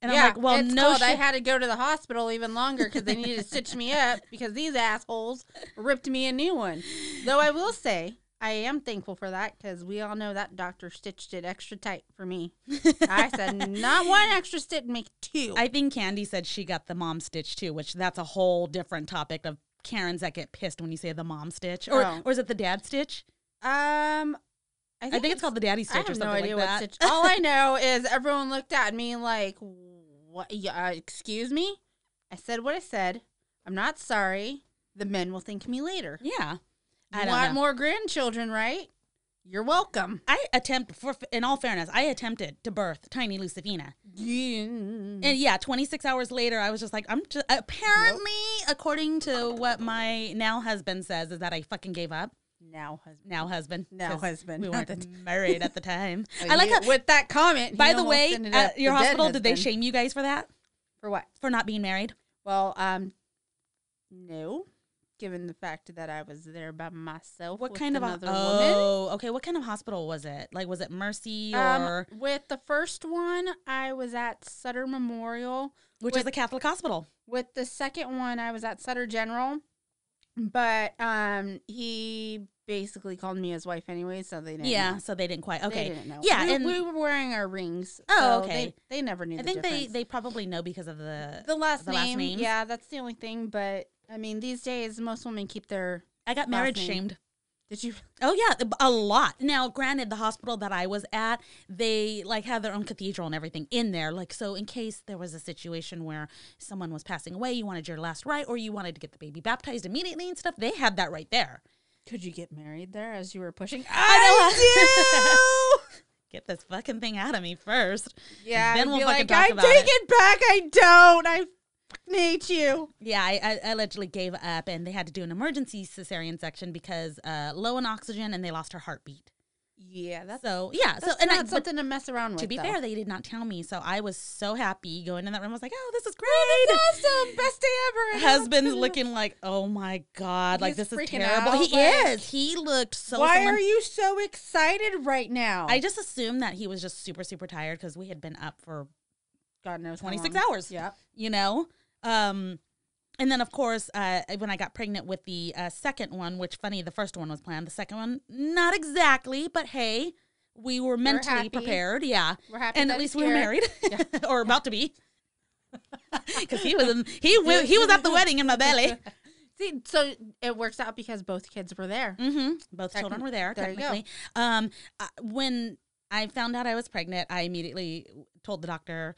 D: And
E: yeah,
D: I'm like, well,
E: it's
D: no
E: called I
D: shit.
E: had to go to the hospital even longer because they needed to stitch me up because these assholes ripped me a new one. Though I will say, I am thankful for that because we all know that doctor stitched it extra tight for me. I said, not one extra stitch, make two.
D: I think Candy said she got the mom stitch too, which that's a whole different topic of Karens that get pissed when you say the mom stitch, or
E: Oh.
D: or is it the dad stitch?
E: um,
D: I think, it's called the daddy
E: I
D: stitch or
E: have
D: something
E: no idea
D: like
E: what
D: that.
E: stitch. All I know is everyone looked at me like, "What? yeah, Uh, excuse me." I said what I said. I'm not sorry. The men will thank me later.
D: yeah,
E: You
D: I don't
E: want
D: know.
E: more grandchildren, right? You're welcome.
D: I attempt for in all fairness, I attempted to birth tiny Lucifina.
E: Mm. Yeah.
D: And yeah, 26 hours later I was just like I'm just apparently according to what my now husband says is that I fucking gave up.
E: Now husband.
D: Now husband.
E: Now
D: 'cause
E: husband,
D: We
E: not
D: weren't
E: the t-
D: married at the time. I like
E: Oh, You-
D: how
E: with that comment. he
D: by the
E: almost
D: way,
E: ended up
D: at
E: the
D: your
E: dead
D: hospital did they
E: husband.
D: shame you guys for that?
E: for what?
D: For not being married?
E: Well, um, no. Given the fact that I was there by myself.
D: What
E: with
D: kind of a,
E: another woman?
D: oh okay? What kind of hospital was it? Like was it Mercy
E: Um,
D: or
E: with the first one, I was at Sutter Memorial.
D: which is
E: with-
D: a Catholic hospital?
E: With the second one, I was at Sutter General, but um, he basically called me his wife anyway, so they didn't.
D: Yeah,
E: know.
D: so they didn't quite
E: They
D: okay.
E: didn't know.
D: Yeah,
E: we,
D: and
E: we were wearing our rings.
D: Oh,
E: so
D: okay.
E: They, they never knew.
D: I
E: the
D: think they
E: difference.
D: they probably know because of the
E: the last
D: the last
E: name.
D: names.
E: Yeah, that's the only thing. But I mean, these days most women keep their
D: I got
E: Last
D: marriage
E: name.
D: shamed.
E: Did you?
D: Oh yeah, a lot. Now, granted, the hospital that I was at, they like had their own cathedral and everything in there. Like so, in case there was a situation where someone was passing away, you wanted your last rite, or you wanted to get the baby baptized immediately and stuff, they had that right there.
E: Could you get married there as you were pushing?
D: I do. get this fucking thing out of me first.
E: Yeah.
D: Then
E: I'd
D: we'll
E: be
D: fucking
E: like,
D: talk
E: I
D: about
E: take
D: it."
E: it. back. I don't. I fucking hate you.
D: Yeah, I, I allegedly gave up, and they had to do an emergency cesarean section because uh, low in oxygen, and they lost her heartbeat.
E: Yeah, that's
D: So yeah, so
E: that's
D: and I,
E: not
D: but
E: something to mess around with.
D: to be
E: though.
D: fair, they did not tell me, so I was so happy going in that room. I was like, "Oh, this is great!"
E: awesome, best day ever.
D: Husband's looking like, "Oh my god, like
E: He's
D: this is
E: freaking
D: terrible."
E: out,
D: he
E: like-
D: is. He looked so.
E: Why
D: someone-
E: are you so excited right now?
D: I just assumed that he was just super super tired because we had been up for
E: God knows. how
D: 26
E: long.
D: hours.
E: Yeah.
D: you know. Um, and then of course, uh, when I got pregnant with the uh, second one, which funny, the first one was planned, the second one not exactly, but hey, we were mentally
E: happy.
D: prepared. Yeah,
E: We're happy
D: and
E: that
D: at least
E: he's
D: we were
E: here.
D: married or about to be because he was in, he wa- he was at the wedding in my belly
E: See, so it works out because both kids were there.
D: hmm both
E: Techni-
D: children were there,
E: there you go.
D: technically um I, when i found out i was pregnant i immediately told the doctor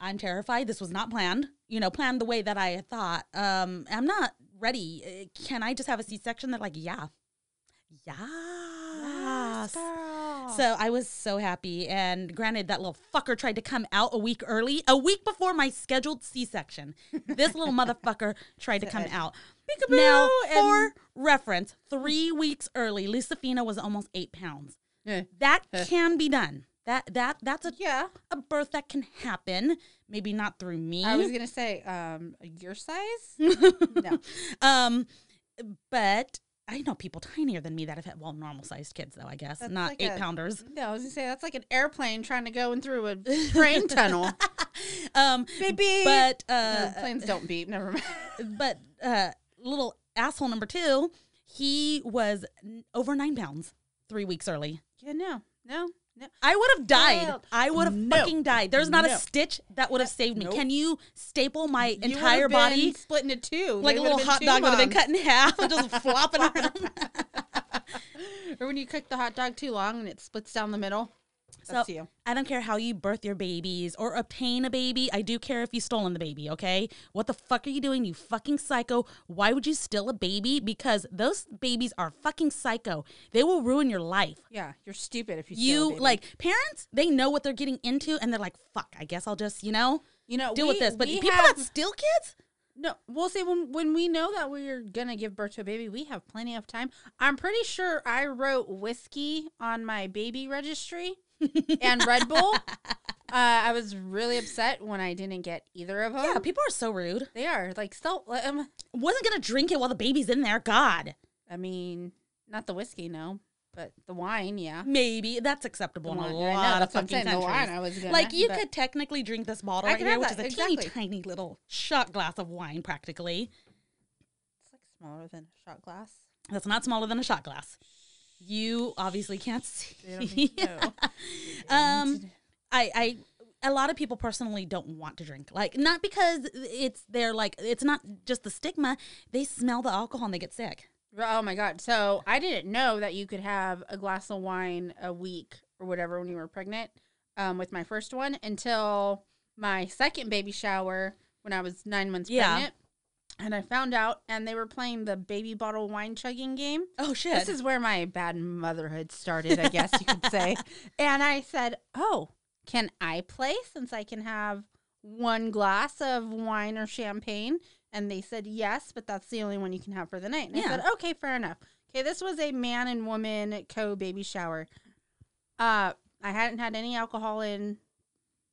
D: i'm terrified this was not planned you know planned the way that i had thought um i'm not ready Uh, can i just have a c-section they're like yeah yeah
E: So
D: So I was so happy. And granted, that little fucker tried to come out a week early, a week before my scheduled C section. This little motherfucker tried to come out. Now, for reference, three weeks early, Lucifina was almost eight pounds. That can be done. That that that's a
E: yeah,
D: a birth that can happen. Maybe not through me.
E: I was gonna say, um, your size. no,
D: um, but I know people tinier than me that have had well normal sized kids though. I guess
E: That's
D: not
E: like
D: eight
E: a-
D: pounders.
E: no, I was gonna say that's like an airplane trying to go in through a train tunnel.
D: Um,
E: They beep.
D: but
E: No,
D: uh,
E: planes don't beep. Never mind.
D: but uh, little asshole number two, he was n- over nine pounds three weeks early.
E: yeah, no, no, no.
D: I would have died.
E: Child.
D: I would have
E: No.
D: fucking died. There's not
E: No.
D: a stitch that would have saved me.
E: Nope.
D: Can you staple my
E: You would've
D: entire
E: been
D: body
E: split into two,
D: like
E: They
D: a
E: would've
D: little
E: been
D: hot
E: two
D: dog would have been
E: moms.
D: cut in half and just flopping around?
E: Or when you cook the hot dog too long and it splits down the middle. That's you.
D: I don't care how you birth your babies or obtain a baby. I do care if you stolen the baby, okay? What the fuck are you doing, you fucking psycho? Why would you steal a baby? Because those babies are fucking psycho. They will ruin your life.
E: Yeah, you're stupid if you. steal a
D: You
E: baby.
D: like parents, they know what they're getting into and they're like, fuck, I guess I'll just, you know,
E: you know
D: deal with
E: we-
D: this. But
E: we
D: people
E: have,
D: that steal kids?
E: no, we'll say when when we know that we're gonna give birth to a baby, we have plenty of time. I'm pretty sure I wrote whiskey on my baby registry and Red Bull. Uh, I was really upset when I didn't get either of them.
D: Yeah, people are so rude.
E: they are like still. Um,
D: Wasn't gonna drink it while the baby's in there. God.
E: I mean, not the whiskey, no, but the wine, yeah.
D: Maybe that's acceptable in
E: The
D: a
E: wine, I know,
D: lot of
E: that's what I'm
D: fucking
E: saying, the
D: countries.
E: wine I was gonna,
D: like you
E: but-
D: could technically drink this bottle
E: I
D: right
E: could
D: here,
E: have
D: which is
E: that,
D: a teeny
E: exactly.
D: tiny little shot glass of wine, practically.
E: It's like smaller than a shot glass.
D: That's not smaller than a shot glass. You obviously can't
E: They don't
D: see.
E: need to know.
D: um, I, I, a lot of people personally don't want to drink. Like not because it's they're like it's not just the stigma. They smell the alcohol and they get sick.
E: Oh my god! So I didn't know that you could have a glass of wine a week or whatever when you were pregnant um, with my first one until my second baby shower when I was nine months
D: Yeah.
E: pregnant, and I found out, and they were playing the baby bottle wine chugging game.
D: Oh shit!
E: This is where my bad motherhood started, I guess you could say. And I said, "Oh, can I play since I can have one glass of wine or champagne?" And they said, "Yes, but that's the only one you can have for the night." And I
D: Yeah.
E: said, "Okay, fair enough." Okay, this was a man and woman co baby shower. Uh, I hadn't had any alcohol in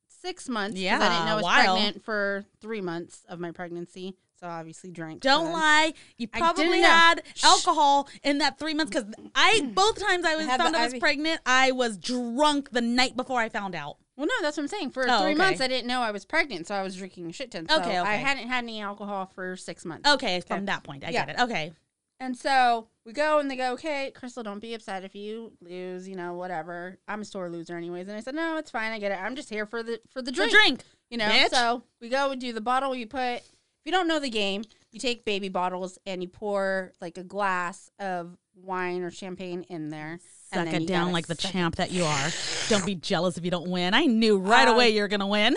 E: six months. 'cause I didn't
D: Yeah,
E: know I was
D: wow.
E: pregnant for three months of my pregnancy, so I obviously drank. for
D: Don't
E: them.
D: lie. You
E: I
D: probably
E: didn't know.
D: had
E: Shh.
D: alcohol in that three months because I both times I was
E: had
D: found
E: the
D: out I was
E: IV.
D: pregnant, I was drunk the night before I found out.
E: Well, no, that's what I'm saying. For three
D: Oh, okay.
E: months, I didn't know I was pregnant, so I was drinking a shit ton. So
D: Okay,
E: I
D: okay.
E: hadn't had any alcohol for six months.
D: Okay, from that point, I
E: Yeah.
D: get it. Okay,
E: And so we go and they go, okay, Crystal, don't be upset if you lose, you know, whatever. I'm a sore loser anyways. And I said, no, it's fine. I get it. I'm just here for the for the
D: drink,
E: drink.
D: drink.
E: You know,
D: bitch.
E: so we go and do the bottle. We put, if you don't know the game, you take baby bottles and you pour like a glass of wine or champagne in there. and
D: Suck
E: then
D: it
E: you
D: down
E: gotta
D: like the
E: suck-
D: champ that you are. Don't be jealous if you don't win. I knew right
E: Uh,
D: away you're gonna win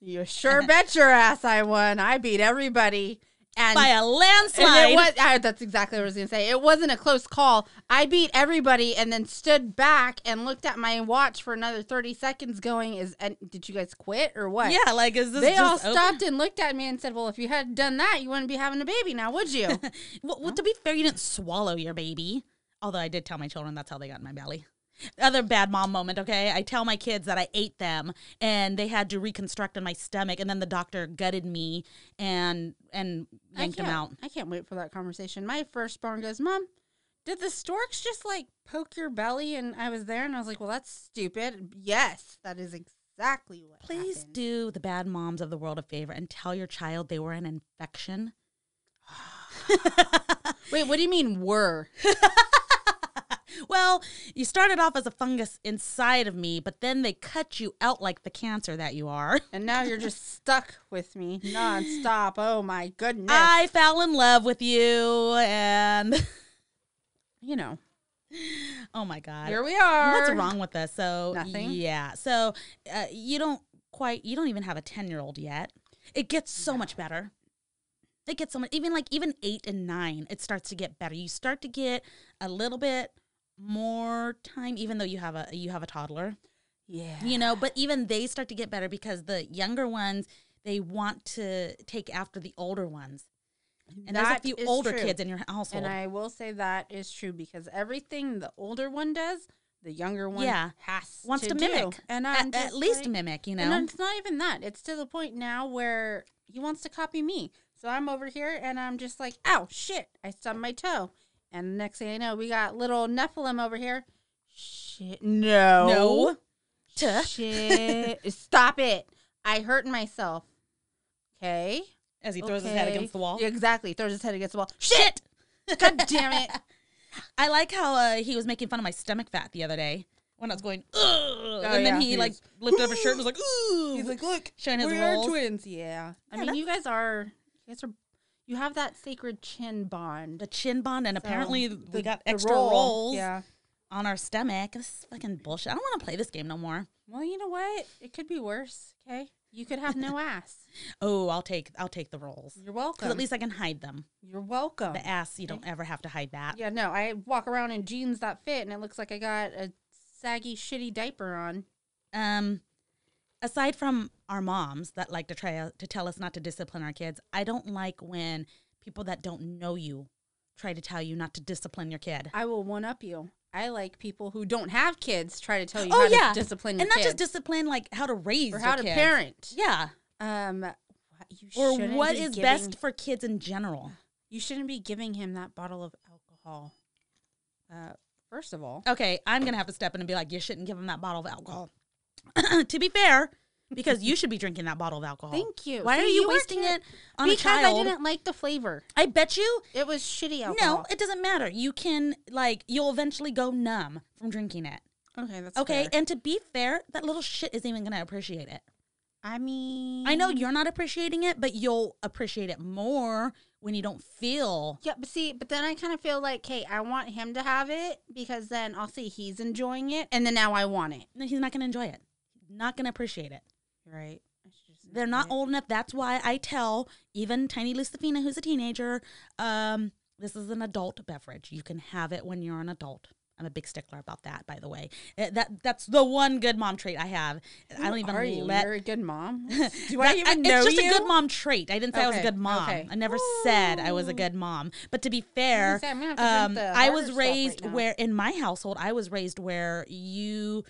E: You sure bet your ass I won. I beat everybody. And
D: by a landslide.
E: And it was, I, that's exactly what I was going to say. It wasn't a close call. I beat everybody and then stood back and looked at my watch for another 30 seconds going, is and did you guys quit or what?
D: yeah, like is this
E: They
D: just
E: all
D: open?
E: stopped and looked at me and said, well, if you had done that, you wouldn't be having a baby now, would you?
D: Well, well, to be fair, you didn't swallow your baby. Although I did tell my children that's how they got in my belly. Other bad mom moment, okay? I tell my kids that I ate them and they had to reconstruct in my stomach and then the doctor gutted me and and
E: I
D: yanked them
E: can't-
D: out.
E: I can't wait for that conversation. My firstborn goes, Mom, did the storks just like poke your belly? And I was there and I was like, Well, that's stupid. Yes, that is exactly what.
D: Please
E: happened.
D: do the bad moms of the world a favor and tell your child they were an infection.
E: Wait, what do you mean were?
D: Well, you started off as a fungus inside of me, but then they cut you out like the cancer that you are.
E: And now you're just stuck with me nonstop. Oh my goodness.
D: I fell in love with you and
E: you know,
D: oh my god.
E: here we are.
D: What's wrong with us? So
E: Nothing.
D: Yeah. So uh, you don't quite. You don't even have a ten year old yet. It gets so much better. It gets so much. Even like even eight and nine, it starts to get better. You start to get a little bit more time, even though you have a you have a toddler.
E: Yeah.
D: You know, but even they start to get better because the younger ones they want to take after the older ones. And
E: That
D: there's a
E: is
D: few older
E: true.
D: kids in your household.
E: And I will say that is true because everything the older one does, the younger one
D: Yeah.
E: has
D: wants to,
E: do.
D: mimic
E: And
D: at,
E: I'm
D: at
E: just
D: least
E: like-
D: mimic, you know.
E: And it's not even that. It's to the point now where he wants to copy me. So I'm over here and I'm just like, ow, shit, I stubbed my toe. And the next thing I know, we got little Nephilim over here. Shit. No.
D: No. Tuh.
E: Shit. Stop it. I hurt myself. Okay.
D: as he throws his head
E: Okay.
D: against the wall.
E: Exactly. Throws his head against the wall.
D: Shit!
E: God damn it.
D: I like how uh, he was making fun of my stomach fat the other day when I was going, ugh, and
E: Oh, yeah,
D: then he
E: he
D: like
E: was,
D: lifted up his shirt and was like, ooh.
E: look,
D: showing his rolls.
E: twins. Yeah. I
D: Yeah,
E: mean, you guys are, you guys are, you have that sacred chin bond.
D: the chin bond, and
E: So,
D: apparently
E: the-
D: we got
E: the
D: extra
E: roll,
D: rolls
E: Yeah.
D: on our stomach. This is fucking bullshit. I don't want to play this game no more.
E: Well, you know what? It could be worse. Okay. You could have no ass.
D: Oh, I'll take I'll take the rolls
E: You're
D: because
E: welcome.
D: at least I can hide them.
E: you're welcome.
D: The ass, you don't ever have to hide that.
E: Yeah. No, I walk around in jeans that fit, and it looks like I got a saggy, shitty diaper on.
D: Um, aside from our moms that like to try to tell us not to discipline our kids, I don't like when people that don't know you try to tell you not to discipline your kid.
E: I will one up you. I like people who don't have kids try to tell you
D: oh
E: how
D: yeah,
E: to discipline your
D: and not just
E: kids
D: discipline, like how to raise
E: or how
D: your
E: to
D: kids.
E: parent.
D: Yeah,
E: Um, what- you
D: or
E: shouldn't
D: what
E: be
D: is
E: giving-
D: best for kids in general.
E: You shouldn't be giving him that bottle of alcohol. Uh, first of all,
D: Okay, I'm gonna have to step in and be like, you shouldn't give them that bottle of alcohol. to be fair, because you should be drinking that bottle of alcohol.
E: Thank you.
D: Why
E: See,
D: are you,
E: you were
D: wasting
E: care-
D: it on
E: because
D: a child?
E: I didn't like the flavor,
D: I bet you
E: it was shitty
D: No,
E: alcohol.
D: it doesn't matter. You can like you'll eventually go numb from drinking it.
E: okay, that's
D: Okay,
E: fair.
D: and to be fair, that little shit isn't even gonna appreciate it.
E: I mean,
D: I know you're not appreciating it, but you'll appreciate it more when you don't feel.
E: Yeah, but see, but then I kind of feel like, hey, I want him to have it because then I'll see he's enjoying it, and then now I want it.
D: No, he's not gonna enjoy it. Not gonna appreciate it.
E: Right? I should just
D: They're not old enough. That's why I tell even tiny Lucifina, who's a teenager, um, this is an adult beverage. You can have it when you're an adult. I'm a big stickler about that, by the way. Uh, That that's the one good mom trait I have. I don't even
E: Are you?
D: let
E: You're a good mom. Do I
D: That-
E: even know
D: It's just
E: you?
D: a good mom trait. I didn't say I was a
E: Okay,
D: good mom.
E: okay.
D: I never said I was a good mom. But to be fair,
E: say, I'm gonna have to drink
D: um,
E: the
D: I
E: harder
D: was
E: stuff right
D: raised
E: now.
D: where in my household, I was raised where you,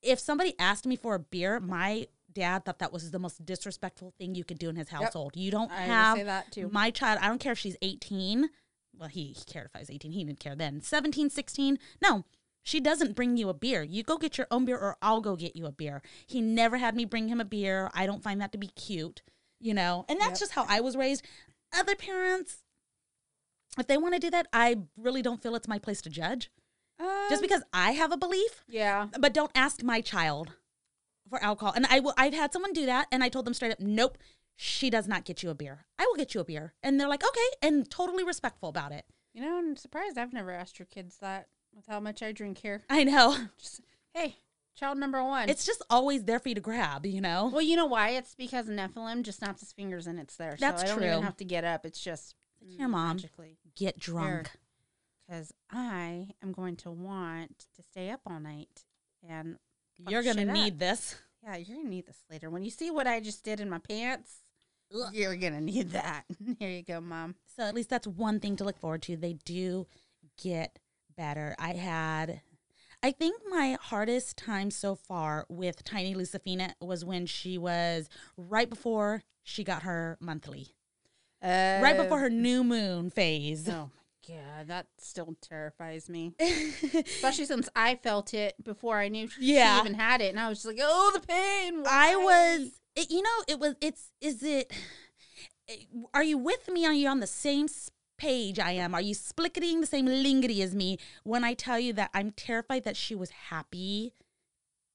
D: if somebody asked me for a beer, my dad thought that was the most disrespectful thing you could do in his household. You don't
E: I will say
D: have
E: that too.
D: my child. I don't care if she's 18. Well, he, he cared if I was 18. He didn't care then. 17, 16. No. She doesn't bring you a beer. You go get your own beer, or I'll go get you a beer. He never had me bring him a beer. I don't find that to be cute, you know? And that's just how I was raised. Other parents, if they want to do that, I really don't feel it's my place to judge. just
E: Um,
D: because I have a belief,
E: Yeah.
D: but don't ask my child for alcohol. And I will, I've had someone do that, and I told them straight up, nope, she does not get you a beer. I will get you a beer. And they're like, okay, and totally respectful about it.
E: You know, I'm surprised I've never asked your kids that with how much I drink here.
D: I know.
E: Just, hey, child number one.
D: It's just always there for you to grab, you know?
E: well, you know why? It's because Nephilim just snaps his fingers and it's there.
D: That's
E: so I don't
D: true.
E: even have to get up. It's just
D: Here, Mom.
E: magically.
D: Get drunk.
E: Because I am going to want to stay up all night and fuck
D: You're going to
E: shit up.
D: need this.
E: Yeah, you're gonna need this later. When you see what I just did in my pants,
D: Ugh.
E: you're gonna need that. Here you go, mom.
D: So at least that's one thing to look forward to. They do get better. I had, I think my hardest time so far with Tiny Lucifina was when she was right before she got her monthly,
E: Uh,
D: right before her new moon phase.
E: Oh my god, that still terrifies me. Especially since I felt it before I knew
D: Yeah.
E: she even had it, and I was just like, "Oh, the pain."
D: I
E: why?"
D: was, it, you know, it was, it's, is it, it- are you with me? Are you on the same s- page I am? Are you splickety the same lingity as me when I tell you that I'm terrified that she was happy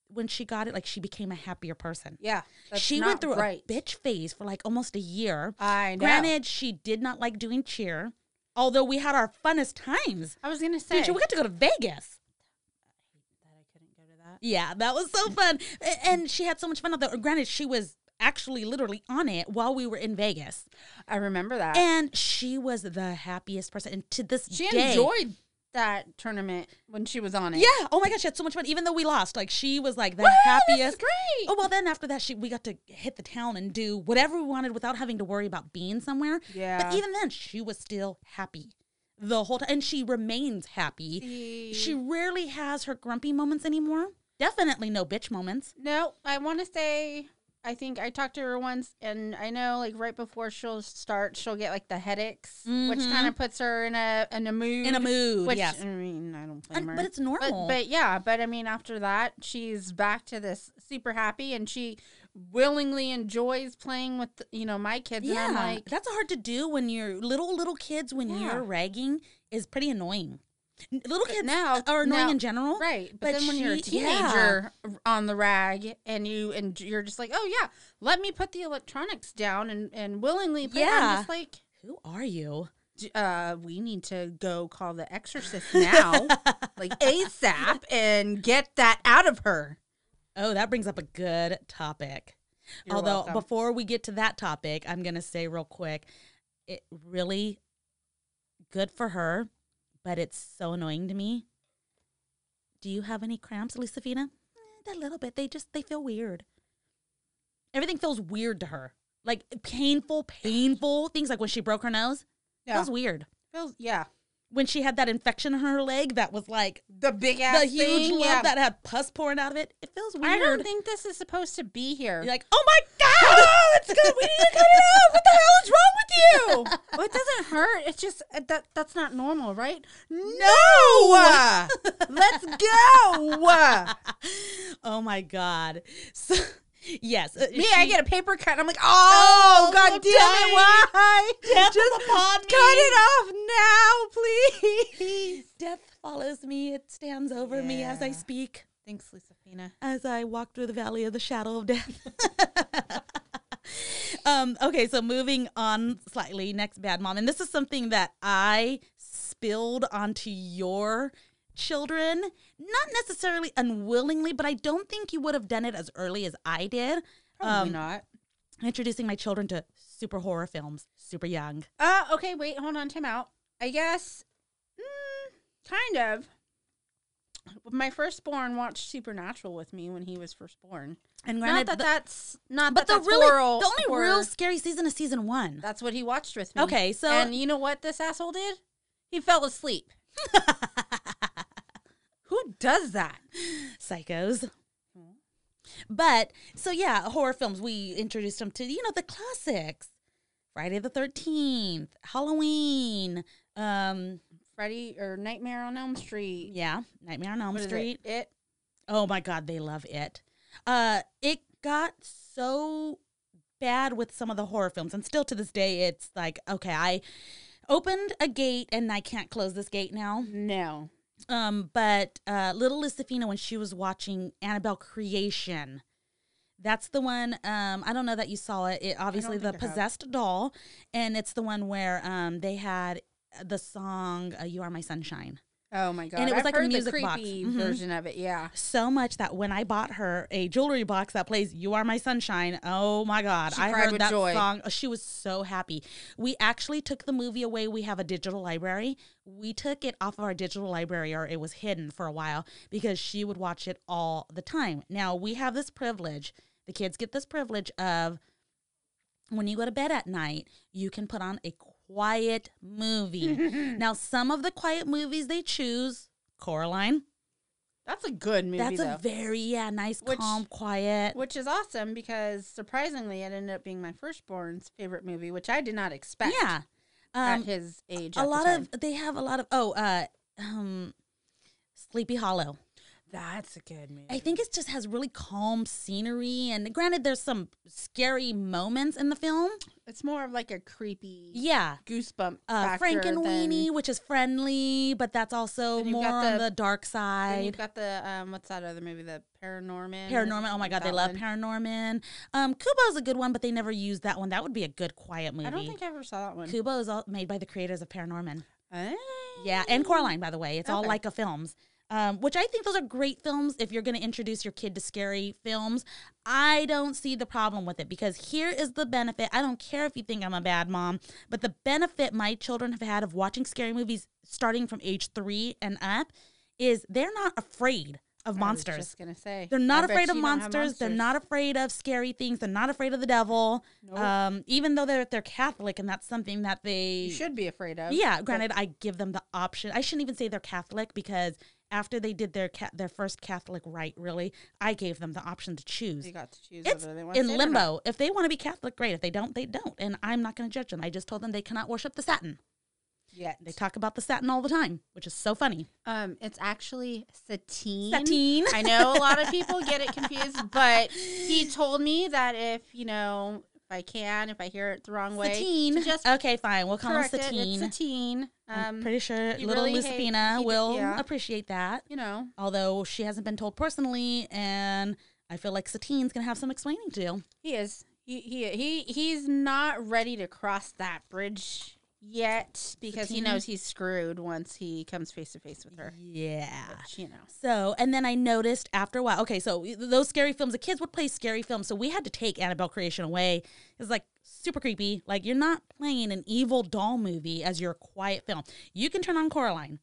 D: when she got it? Like she became a happier person.
E: Yeah, that's
D: she
E: not
D: went through
E: right.
D: a bitch phase for like almost a year.
E: I know.
D: Granted, she did not like doing cheer, although we had our funnest times.
E: I was gonna say
D: Dude, we got to go to Vegas.
E: that I couldn't go to that.
D: Yeah, that was so fun. A- And she had so much fun. Although, granted, she was actually literally on it while we were in Vegas.
E: I remember that.
D: And she was the happiest person. And to this
E: she
D: day.
E: enjoyed that tournament when she was on it.
D: Yeah. Oh my gosh, she had so much fun. Even though we lost, like she was like the
E: this is
D: happiest.
E: great.
D: Oh well, then after that, she we got to hit the town and do whatever we wanted without having to worry about being somewhere.
E: Yeah.
D: But even then, she was still happy the whole time, and she remains happy. She rarely has her grumpy moments anymore. Definitely no bitch moments.
E: No, I want to say I think I talked to her once, and I know like right before she'll start, she'll get like the headaches, which kind of puts her in a in a mood.
D: Mm-hmm. In a mood,
E: Which
D: yes.
E: I mean, I don't blame
D: And-
E: her.
D: but it's normal.
E: But, but yeah, but I mean, after that, she's back to this super happy, and she willingly enjoys playing with you know my kids.
D: Yeah,
E: and I'm like,
D: uh, that's hard to do when you're little. Little kids when
E: Yeah.
D: you're ragging is pretty annoying. N- Little kids
E: now
D: are annoying
E: now-
D: in general,
E: right? But, then when you're a
D: she- yeah.
E: teenager on the rag, and you and you're just like, oh yeah, let me put the electronics down and and willingly play.
D: Yeah.
E: I'm just like.
D: who are you?
E: "J- uh, we need to go call the exorcist now, like ASAP, and get that out of her.
D: Oh, that brings up a good topic.
E: You're
D: Although,
E: welcome.
D: before we get to that topic, I'm going to say real quick it really good for her, but it's so annoying to me. Do you have any cramps, Lucifina? Eh, That little bit. They just they feel weird. Everything feels weird to her. Like painful, painful things like when she broke her nose.
E: Yeah.
D: Feels weird.
E: Feels- yeah,
D: When she had that infection in her leg that was like
E: the big
D: the
E: ass,
D: huge
E: thing,
D: lump
E: yeah.
D: that had pus pouring out of it. It feels weird.
E: I don't think this is supposed to be here.
D: You're like, oh my god, it's good. We need to cut it out. What the hell is wrong with you?
E: well, it doesn't hurt. It's just uh, that that's not normal, right?
D: No.
E: Let's go.
D: oh my god. So, yes, uh,
E: Me,
D: she-
E: I get a paper cut. and I'm like, oh,
D: Oh,
E: god damn
D: I'm dying.
E: it, why?
D: Death
E: just
D: is upon me.
E: cut it off now, please.
D: death follows me. It stands over me as I
E: Yeah.
D: speak.
E: Thanks, Lucifina.
D: As I walk through the valley of the shadow of death. um, okay, so moving on slightly. Next bad mom, and this is something that I spilled onto your children, not necessarily unwillingly, but I don't think you would have done it as early as I did.
E: Probably not.
D: introducing my children to super horror films super young.
E: Uh, okay, wait, hold on, time out. I guess, mm, kind of. My firstborn watched Supernatural with me when he was firstborn.
D: And
E: Not
D: granted,
E: that
D: the-
E: that's not
D: but
E: that
D: the
E: that's
D: really
E: horror-
D: the only
E: horror.
D: real scary season is season one.
E: that's what he watched with me.
D: Okay, so-
E: and you know what this asshole did? He fell asleep. Who does that?
D: Psychos. But so yeah, horror films. We introduced them to you know the classics: Friday the Thirteenth, Halloween. Um,
E: Freddy or Nightmare on Elm Street.
D: yeah, Nightmare on Elm
E: What is it?
D: Street.
E: It.
D: Oh my God, they love it. Uh, it got so bad with some of the horror films, and still to this day, it's like, okay, I opened a gate and I can't close this gate now.
E: No.
D: Um, but uh, little Lucifina, when she was watching Annabelle Creation, That's the one. Um, I don't know that you saw it. It obviously the
E: think I have.
D: possessed doll, and it's the one where um they had the song uh, "You Are My Sunshine."
E: Oh my god!
D: it was
E: I've
D: like a
E: heard the
D: music box.
E: creepy
D: Mhm.
E: version of it. Yeah.
D: So much that when I bought her a jewelry box that plays "You Are My Sunshine," oh my god,
E: She
D: I
E: cried
D: heard
E: with
D: that
E: joy.
D: song. Oh, She was so happy. We actually took the movie away. We have a digital library. We took it off of our digital library, or it was hidden for a while because she would watch it all the time. Now we have this privilege. The kids get this privilege of when you go to bed at night, you can put on a quiet movie. now, some of the quiet movies they choose, Coraline.
E: That's a good movie
D: That's
E: though.
D: a very yeah nice
E: Which-
D: calm quiet.
E: which is awesome because surprisingly it ended up being my firstborn's favorite movie, which I did not expect
D: yeah,
E: at
D: um,
E: his age.
D: a
E: at the
D: lot
E: time.
D: of they have a lot of oh uh um, Sleepy Hollow.
E: that's a good movie.
D: I think it just has really calm scenery and granted there's some scary moments in the film.
E: it's more of like a creepy
D: Yeah.
E: goosebump.
D: Uh,
E: factor
D: Frank and
E: than-
D: Weenie, which is friendly, but that's also
E: Then you've
D: more
E: got
D: on
E: the-
D: the dark
E: Then
D: side.
E: you've got the um, what's that other movie? The Paranorman.
D: Paranorman. Oh my god, they
E: That
D: love
E: one.
D: Paranorman. Um, Kubo's a good one, but they never used that one. That would be a good quiet movie.
E: I don't think I ever saw that one.
D: Kubo is all made by the creators of Paranorman.
E: Ah.
D: Yeah, and Coraline, by the way. It's all
E: Okay.
D: Leica films, um, which I think those are great films if you're going to introduce your kid to scary films. I don't see the problem with it because here is the benefit. I don't care if you think I'm a bad mom, but the benefit my children have had of watching scary movies starting from age three and up is they're not afraid of
E: I was
D: monsters.
E: just gonna say
D: They're
E: I
D: not
E: bet
D: afraid of
E: you don't have
D: monsters. They're not afraid of scary things. They're not afraid of the devil. Um, even though they're they're Catholic, and that's something that they
E: You should be afraid of.
D: yeah,
E: but
D: granted, I give them the option. I shouldn't even say they're Catholic because after they did their ca- their first Catholic rite, really, I gave them the option to choose.
E: They got to choose
D: It's
E: whether they want
D: in
E: to stay or not.
D: limbo. If they want to be Catholic, great. If they don't, they don't. And I'm not going to judge them. I just told them they cannot worship the satin.
E: Yet.
D: They talk about the satin all the time, which is so funny.
E: Um, it's actually Satine.
D: Sateen.
E: I know a lot of people get it confused, but he told me that if you know, if I can, if I hear it the wrong way, to
D: Satine.
E: just
D: Okay, fine. We'll call them
E: correct it. It's
D: Satine.
E: Satine.
D: I'm
E: Um,
D: pretty sure
E: he
D: little
E: really hate-
D: Lucifina
E: he d-
D: will
E: yeah.
D: appreciate that.
E: you know,
D: Although she hasn't been told personally, and I feel like Satine's going to have some explaining to do.
E: he is. He he he he's not ready to cross that bridge yet because he
D: Satine.
E: knows he's screwed once he comes face to face with her.
D: Yeah.
E: Which, you know,
D: So, and then I noticed after a while, okay, so those scary films, the kids would play scary films. So we had to take Annabelle Creation away. It's like super creepy. Like you're not playing an evil doll movie as your quiet film. You can turn on Coraline.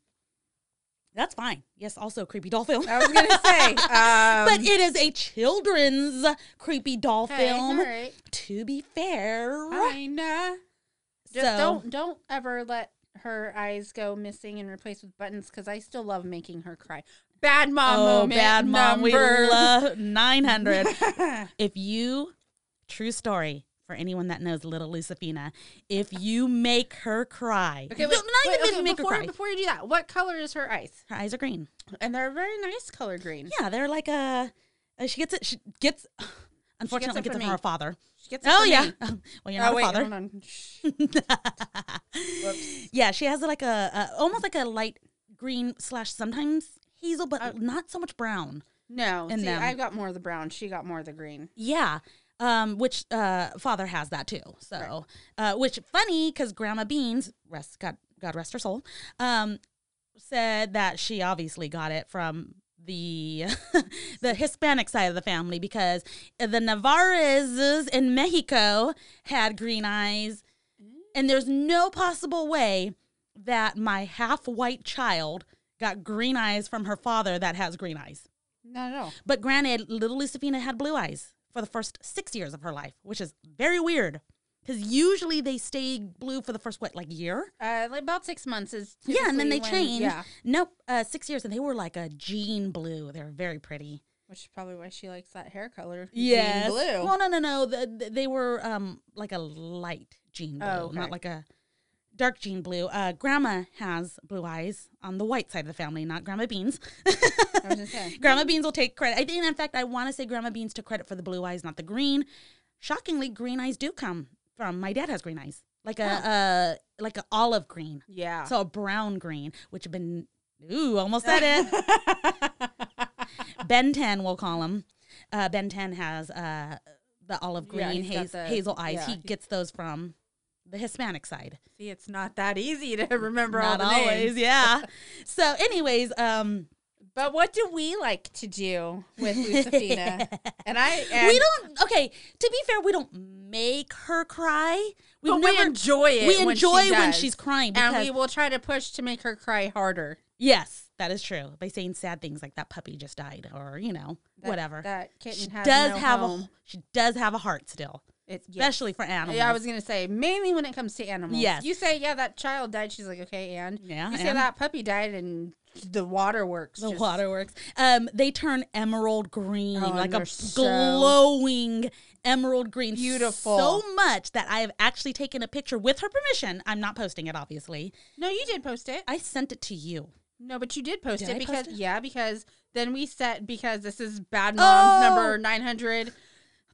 D: That's fine. Yes, also a creepy doll film.
E: I was gonna say, um,
D: but it is a children's creepy doll
E: okay,
D: film,
E: all right,
D: to be fair.
E: kinda. Just
D: So-
E: don't don't ever let her eyes go missing and replaced with buttons because I still love making her cry. Bad mom
D: oh,
E: moment.
D: bad mom.
E: number-
D: We love 900. if you, true story for anyone that knows little Lucifina, if you make her cry,
E: Okay,
D: No,
E: wait,
D: not
E: wait,
D: even
E: okay,
D: make
E: before,
D: her cry.
E: before you do that, what color is her eyes?
D: Her eyes are green.
E: And they're a very nice color green.
D: Yeah, they're like a. uh, She gets it. She gets. Unfortunately,
E: it
D: gets
E: from
D: it from her
E: me.
D: father.
E: She gets it
D: Oh
E: from
D: yeah.
E: me.
D: well,
E: Oh,
D: you're not
E: wait,
D: a father.
E: hold on. Shh.
D: yeah, she has like a, a almost like a light green slash sometimes hazel,
E: Uh,
D: but not so much brown.
E: No,
D: And
E: see,
D: them.
E: I got more of the brown. She got more of the green.
D: Yeah. Um, which uh, father has that too. So, uh, which funny because Grandma Beans, rest God, God rest her soul, um, said that she obviously got it from the the Hispanic side of the family because the Navarreses in Mexico had green eyes, and there's no possible way that my half white child got green eyes from her father that has green eyes.
E: Not at all.
D: But granted, little Lucifina had blue eyes for the first six years of her life, which is very weird because usually they stay blue for the first what like year.
E: Uh, like about six months is.
D: yeah, and then they
E: typically when-
D: change.
E: Yeah,
D: Nope, uh, six years, and they were like a jean blue. They're very pretty.
E: which is probably why she likes that hair color. being
D: Yes.
E: blue.
D: Well, no, no, no. The, the- they were um like a light jean blue,
E: Oh, okay.
D: not like a dark jean blue. Uh, grandma has blue eyes on the white side of the family, not Grandma Beans.
E: I was gonna say.
D: Grandma Beans will take credit. I think, in fact, I want to say Grandma Beans took credit for the blue eyes, not the green. Shockingly, green eyes do come from my dad has green eyes, like a uh, like a olive green,
E: Yeah.
D: so a brown green, which have been ooh, almost said it. ben Ten, we'll call him. Uh, ben 10 has uh, the olive
E: Yeah,
D: green,
E: he's got
D: haz-
E: the-
D: hazel eyes.
E: yeah,
D: he
E: he-
D: gets those from the Hispanic side.
E: See, it's not that easy to remember all
D: Not
E: the
D: always,
E: names.
D: yeah. so, anyways, um,
E: But what do we like to do with Lucifina? and I and,
D: we don't. Okay, to be fair, we don't make her cry. We've
E: but we enjoy it.
D: we
E: when she
D: enjoy when
E: does.
D: she's crying
E: and
D: because-
E: we will try to push to make her cry harder.
D: Yes, that is true. By saying sad things like that puppy just died, or you know,
E: That-
D: whatever.
E: That kitten
D: she
E: has
D: does
E: no
D: have
E: home.
D: a she does have a heart still,
E: It- yes.
D: especially for animals.
E: Yeah, I was gonna say mainly when it comes to animals.
D: Yes.
E: you say yeah that child died. She's like okay, and
D: Yeah,
E: you say
D: and?
E: that puppy died, and the waterworks.
D: the
E: just-
D: waterworks. Um, they turn emerald green,
E: Oh, and
D: like a
E: they're so
D: glowing emerald green.
E: beautiful.
D: so much that I have actually taken a picture with her permission. I'm not posting it, obviously.
E: No, you did post it.
D: I sent it to you.
E: No, but you did post
D: Did
E: it
D: I post
E: because
D: it?
E: yeah, because then we set because this is bad moms
D: Oh!
E: number nine hundred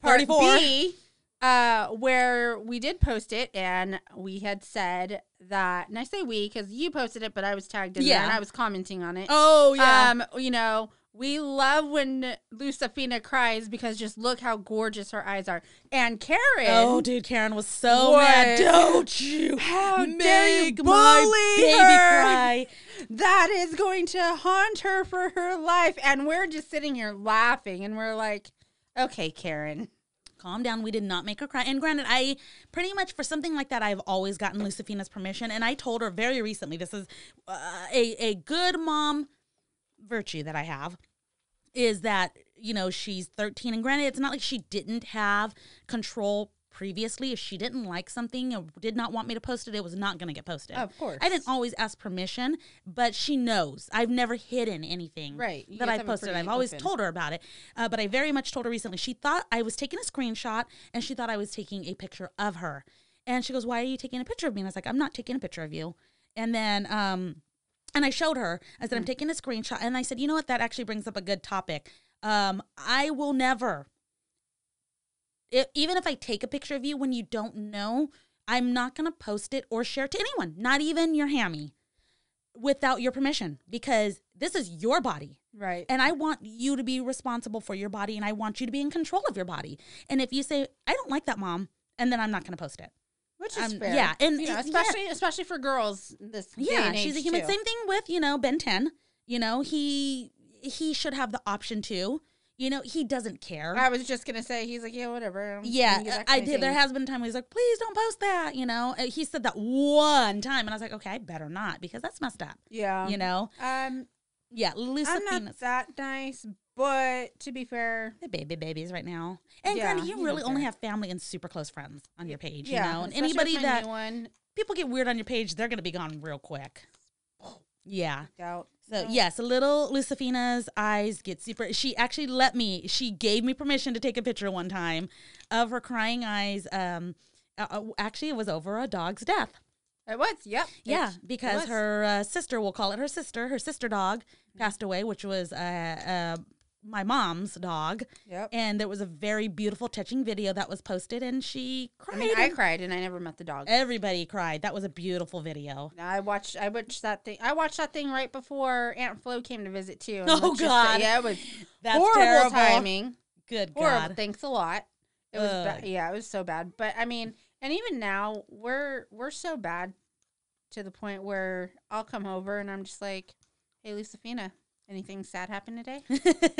E: part
D: 34.
E: B, uh, where we did post it and we had said that, and I say we because you posted it, but I was tagged in there and
D: Yeah.
E: I was commenting on it.
D: Oh
E: Um, you know. We love when Lucifina cries because just look how gorgeous her eyes are. And Karen,
D: Oh, dude, Karen was so mad.
E: What?
D: Don't you
E: How
D: make
E: dare you
D: my
E: bully
D: baby
E: her?
D: cry?
E: that is going to haunt her for her life. And we're just sitting here laughing and we're like, okay, Karen.
D: calm down. We did not make her cry. And granted, I pretty much for something like that, I've always gotten Lucifina's permission. And I told her very recently, this is uh, a a good mom virtue that I have is that you know she's 13 and granted it's not like she didn't have control previously if she didn't like something or did not want me to post it it was not going to get posted
E: Of course.
D: i didn't always ask permission but she knows i've never hidden anything
E: Right. You
D: that
E: guys
D: i
E: have a
D: posted
E: pretty
D: i've always
E: open-
D: told told her about it, uh, but I very much told her recently. She thought I was taking a screenshot and she thought I was taking a picture of her. And she goes, Why are you taking a picture of me? And I was like, I'm not taking a picture of you. And then, um, and I showed her, I
E: Mm-hmm.
D: said, I'm taking a screenshot. And I said, You know what? That actually brings up a good topic. Um, I will never, i even if I take a picture of you when you don't know, I'm not going to post it or share it to anyone, not even your hammy, without your permission, because this is your body.
E: Right.
D: And I want you to be responsible for your body and I want you to be in control of your body. And if you say, I don't like that, mom, and then I'm not going to post it.
E: Which
D: um, yeah, and
E: you know,
D: it- yeah.
E: especially especially for girls in this day
D: Yeah,
E: and
D: she's a
E: age,
D: human.
E: too.
D: Same thing with, you know, Ben 10. You know, he he should have the option to. You know, he doesn't care.
E: I was just gonna say he's like, yeah, whatever. I'm just gonna get
D: yeah,
E: back to
D: I
E: my
D: did. There
E: thing."
D: has been a time where he's like, please don't post that. You know, Uh, he said that one time. And I was like, okay, I better not because that's messed up.
E: yeah.
D: you know?
E: um,
D: Yeah,
E: I'm
D: Lucifina's.
E: not that nice, but to be fair,
D: the baby babies right now. And
E: Yeah,
D: granted,
E: you
D: you really
E: don't
D: only
E: care.
D: have family and super close friends on your page,
E: yeah,
D: you know. And
E: especially with
D: anybody
E: my
D: that
E: new one
D: people get weird on your page, they're gonna be gone real quick. Yeah.
E: out.
D: So yes, little Lucifina's eyes get super. She actually let me. She gave me permission to take a picture one time of her crying eyes. Um, uh, uh, actually, it was over a dog's death.
E: It was. Yep. it-
D: Yeah,
E: it
D: because
E: was. Mm-hmm.
D: her uh, sister, we'll call it her sister, her sister dog passed away, which was uh, uh, my mom's dog.
E: Yep.
D: And there was a very beautiful, touching video that was posted, and she cried.
E: I mean, I
D: and
E: cried and I never met the dog.
D: Everybody cried. That was a beautiful video.
E: I watched. I watched that thing. I watched that thing right before Aunt Flo came to visit too. and
D: Oh,
E: let's just say-
D: God.
E: yeah, it was
D: That's
E: horrible
D: terrible.
E: timing.
D: Good
E: Horrible.
D: God.
E: Thanks a lot. It was. Ba-
D: Ugh.
E: yeah, it was so bad. But I mean, and even now we're we're so bad to the point where I'll come over and I'm just like, "Hey, Lucifina, anything sad happen today?"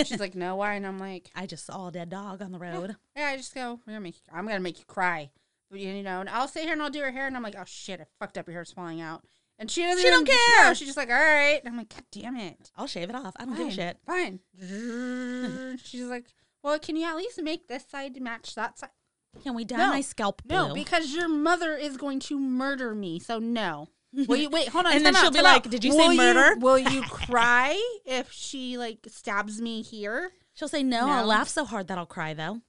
E: She's like, "No, why?" And I'm like,
D: I just saw a dead dog on the road.
E: "Yeah, I just go. We're gonna make. You, I'm gonna make you cry." But you know, and I'll sit here and I'll do her hair, and I'm like, "Oh shit, I fucked up. Your hair's falling out." And she doesn't.
D: She don't
E: even- No,
D: care.
E: she's just like, "All right." And I'm like, "God damn it."
D: I'll shave it off. I don't give a shit.
E: Fine. She's like, well, can you at least make this side match that side?
D: Can we dye
E: No.
D: my scalp blue?
E: No, because your mother is going to murder me. So no. Will you wait? Hold on.
D: And then
E: time
D: she'll
E: out,
D: be
E: time
D: like,
E: out.
D: "Did you say
E: will
D: murder?"
E: will you cry if she like stabs me here?
D: She'll say no. I'll
E: No.
D: laugh so hard that I'll cry though.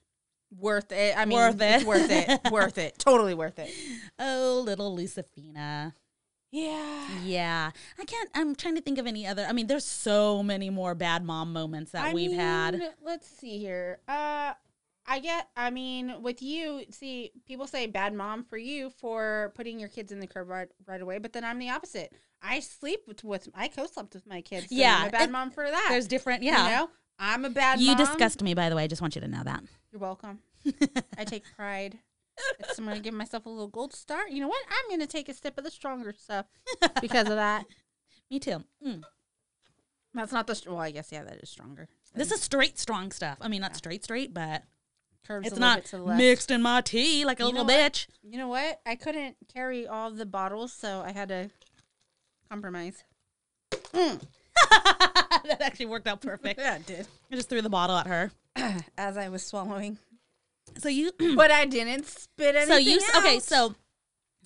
E: Worth it. I mean,
D: Worth
E: it's
D: it.
E: worth it. worth it. Totally worth it.
D: Oh, little Lucifina.
E: Yeah.
D: Mm, Yeah, I can't. I'm trying to think of any other. I mean, there's so many more bad mom moments that
E: I
D: we've had.
E: mean, Let's see here. Uh, I get. I mean, with you, see, people say bad mom for you for putting your kids in the crib right, right away, but then I'm the opposite. I sleep with, with I co-slept with my kids. So yeah,
D: Yeah,
E: I'm a bad
D: and
E: mom for that.
D: There's different. Yeah,
E: You know, I'm a bad
D: You
E: mom.
D: disgust me, by the way. I just want you to know that.
E: You're welcome. I take pride. It's- I'm going to give myself a little gold star. You know what? I'm going to take a sip of the stronger stuff because of that.
D: Me too. Mm.
E: That's not the. str- Well, I guess, yeah, that is stronger.
D: This is straight strong stuff. I mean, not straight straight, but
E: Curves
D: it's
E: a little
D: not
E: bit to the left.
D: mixed in my tea like a
E: You
D: little
E: know what?
D: bitch.
E: You know what? I couldn't carry all the bottles, so I had to compromise.
D: that actually worked out perfect.
E: Yeah, it did.
D: I just threw the bottle at her.
E: As I was swallowing.
D: So you,
E: But I didn't spit anything
D: so you, s- okay?
E: out.
D: So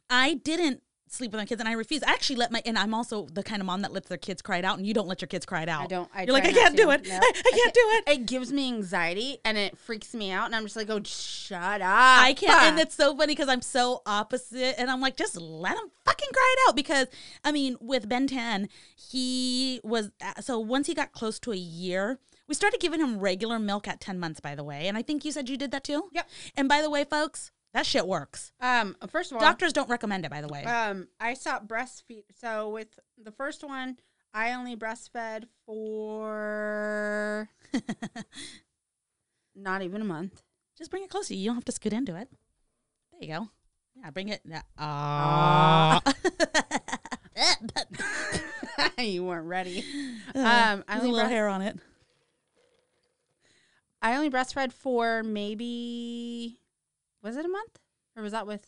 D: I didn't sleep with my kids, and I refuse. I actually let my, and I'm also the kind of mom that lets their kids cry it out, and you don't let your kids cry it out.
E: I don't. I
D: You're like,
E: try
D: I
E: not
D: can't
E: to.
D: do it.
E: No,
D: I, I can't do it.
E: It gives me anxiety and it freaks me out, and I'm just like, oh, shut up. I
D: I can't. And it's so funny because I'm so opposite. And I'm like, just let him fucking cry it out. Because, I mean, with Ben 10, he was, uh, so once he got close to a year, we started giving him regular milk at 10 months, by the way. And I think you said you did that too?
E: Yep.
D: And by the way, folks, that shit works.
E: Um, first of all,
D: Doctors don't recommend it, by the way.
E: um, I stopped breastfeed. So with the first one, I only breastfed for not even a month.
D: just bring it close to you. You don't have to scoot into it. There you go. Yeah, bring it. Ah.
E: Ah. you weren't ready.
D: um,
E: Um, I
D: a
E: only
D: little
E: breast-
D: hair on it.
E: I only breastfed for maybe was it a month or was that with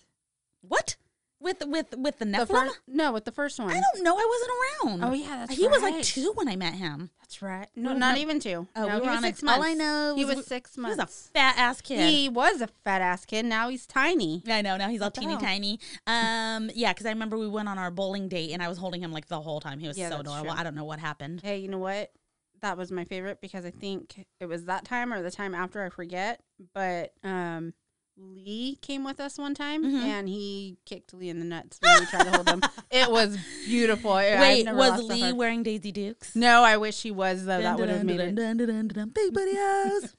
D: What? With with with the
E: the
D: Nephilim?
E: first? No, with the first one.
D: I don't know. I wasn't around.
E: Oh yeah, that's
D: he was like
E: right.
D: two when I met him.
E: That's right. No,
D: No,
E: not
D: no.
E: even two.
D: Oh,
E: no,
D: we
E: he
D: were
E: was
D: on a-
E: six
D: all
E: months.
D: I know
E: he
D: was-
E: was six
D: He was
E: months.
D: a fat ass kid.
E: He was a fat ass kid. Now he's tiny.
D: I know. Now he's all
E: the
D: teeny
E: hell?
D: tiny. Um, yeah, because I remember we went on our bowling date and I was holding him like the whole time. He was
E: Yeah,
D: so
E: that's
D: adorable.
E: true.
D: I don't know what happened.
E: Hey, you know what? That was my favorite because I think it was that time or the time after I forget. But um, Lee came with us one time
D: Mhm.
E: and he kicked Lee in the nuts when we tried to hold him. It was beautiful. I- I've
D: Wait,
E: never
D: was
E: lost that
D: Lee
E: heart.
D: wearing Daisy Dukes?
E: No, I wish he was though. that
D: Dun,
E: would have
D: dun,
E: made
D: dun,
E: it.
D: dun, dun, dun, dun, Big booty eyes.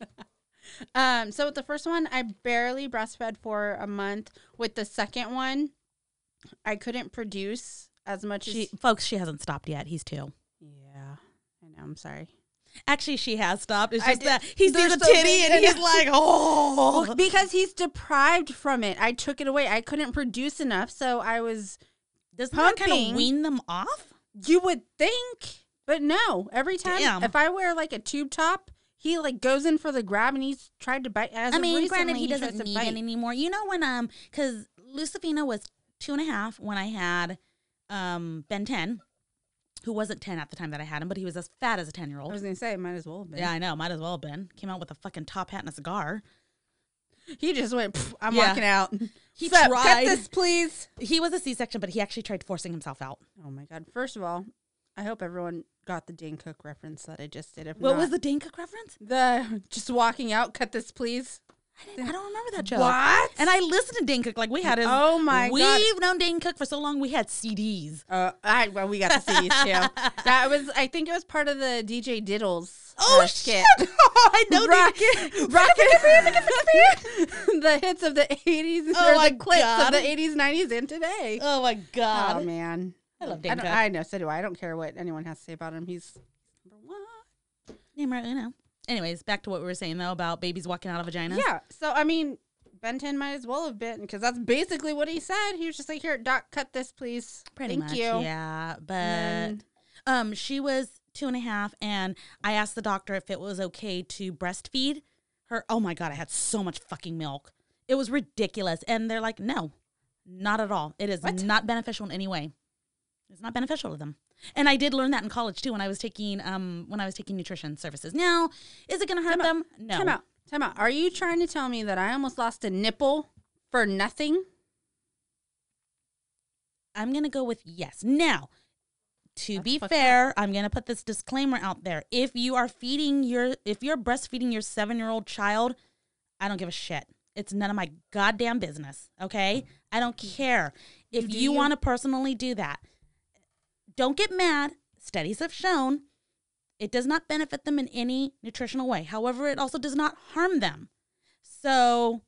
E: Um, so with the first one, I barely breastfed for a month. With the second one, I couldn't produce as much.
D: she,
E: as,
D: folks, she hasn't stopped yet. He's two.
E: yeah, I know. I'm sorry.
D: Actually, she has stopped. It's
E: I
D: just
E: did-
D: that he
E: they're
D: sees a
E: so
D: titty
E: big
D: and
E: and-
D: he's like, oh.
E: Well, because he's deprived from it. I took it away. I couldn't produce enough, so I was.
D: Doesn't that kind
E: pumping.
D: of wean them off?
E: You would think, but no. Every time,
D: Damn.
E: if I wear like a tube top, he like goes in for the grab, and he's tried to bite. As
D: I
E: of
D: mean,
E: recently,
D: granted, he
E: tries
D: doesn't
E: to
D: need
E: bite.
D: it anymore. You know when um, because Lucifina was two and a half when I had um Ben ten, who wasn't ten at the time that I had him, but he was as fat as a ten year
E: I was
D: old.
E: gonna say, might as well. Have been.
D: Yeah, I know. Might as well have been. Came out with a fucking top hat and a cigar.
E: He just went. "Pff, I'm
D: Yeah.
E: walking out.
D: He
E: Sup,
D: tried.
E: Cut this, please.
D: He was a C section, but he actually tried forcing himself out.
E: Oh my god! First of all, I hope everyone got the Dane Cook reference that I just did. If
D: What was
E: not-
D: the Dane Cook reference?
E: the just walking out? Cut this, please.
D: I, didn't, I don't remember that joke.
E: What?
D: And I listened to Dane Cook like we had his.
E: Oh my
D: we've
E: God.
D: known Dane Cook for so long. We had CDs.
E: Uh, I well, we got the CDs too. That was, I think, it was part of the DJ Diddles.
D: Oh
E: uh,
D: shit! I know. Dane-
E: Rocket, rocket, the hits of the '80s and
D: Oh
E: or
D: my
E: the clips
D: God.
E: of the '80s, '90s, and today.
D: Oh my god!
E: Oh man,
D: I love
E: I,
D: Dane
E: don't-
D: Cook.
E: I know, so do I. I don't care what anyone has to say about him. He's number one.
D: Numero uno. Anyways, back to what we were saying though about babies walking out of vagina.
E: Yeah. So I mean, Benton might as well have been because that's basically what he said. He was just like, "Here, Doc, cut this, please.
D: pretty
E: Thank
D: much.
E: you."
D: Yeah, but
E: And
D: um, she was two and a half, and I asked the doctor if it was okay to breastfeed her. Oh my god, I had so much fucking milk. It was ridiculous, and they're like, no, not at all. It is
E: What?
D: not beneficial in any way. It's not beneficial to them. And I did learn that in college too when I was taking um when I was taking nutrition services. Now, is it going to hurt
E: Time out.
D: them? No.
E: Time out. Time out. Are you trying to tell me that I almost lost a nipple for nothing?
D: I'm going to go with yes. Now, to
E: That's
D: be
E: fucked
D: fair, I'm going to put this disclaimer out there. If you are feeding your if you're breastfeeding your 7-year-old child, I don't give a shit. It's none of my goddamn business, okay? I don't care. If
E: do
D: you,
E: Mm-hmm. you.
D: want to personally do that, don't get mad. Studies have shown it does not benefit them in any nutritional way. However, it also does not harm them. So,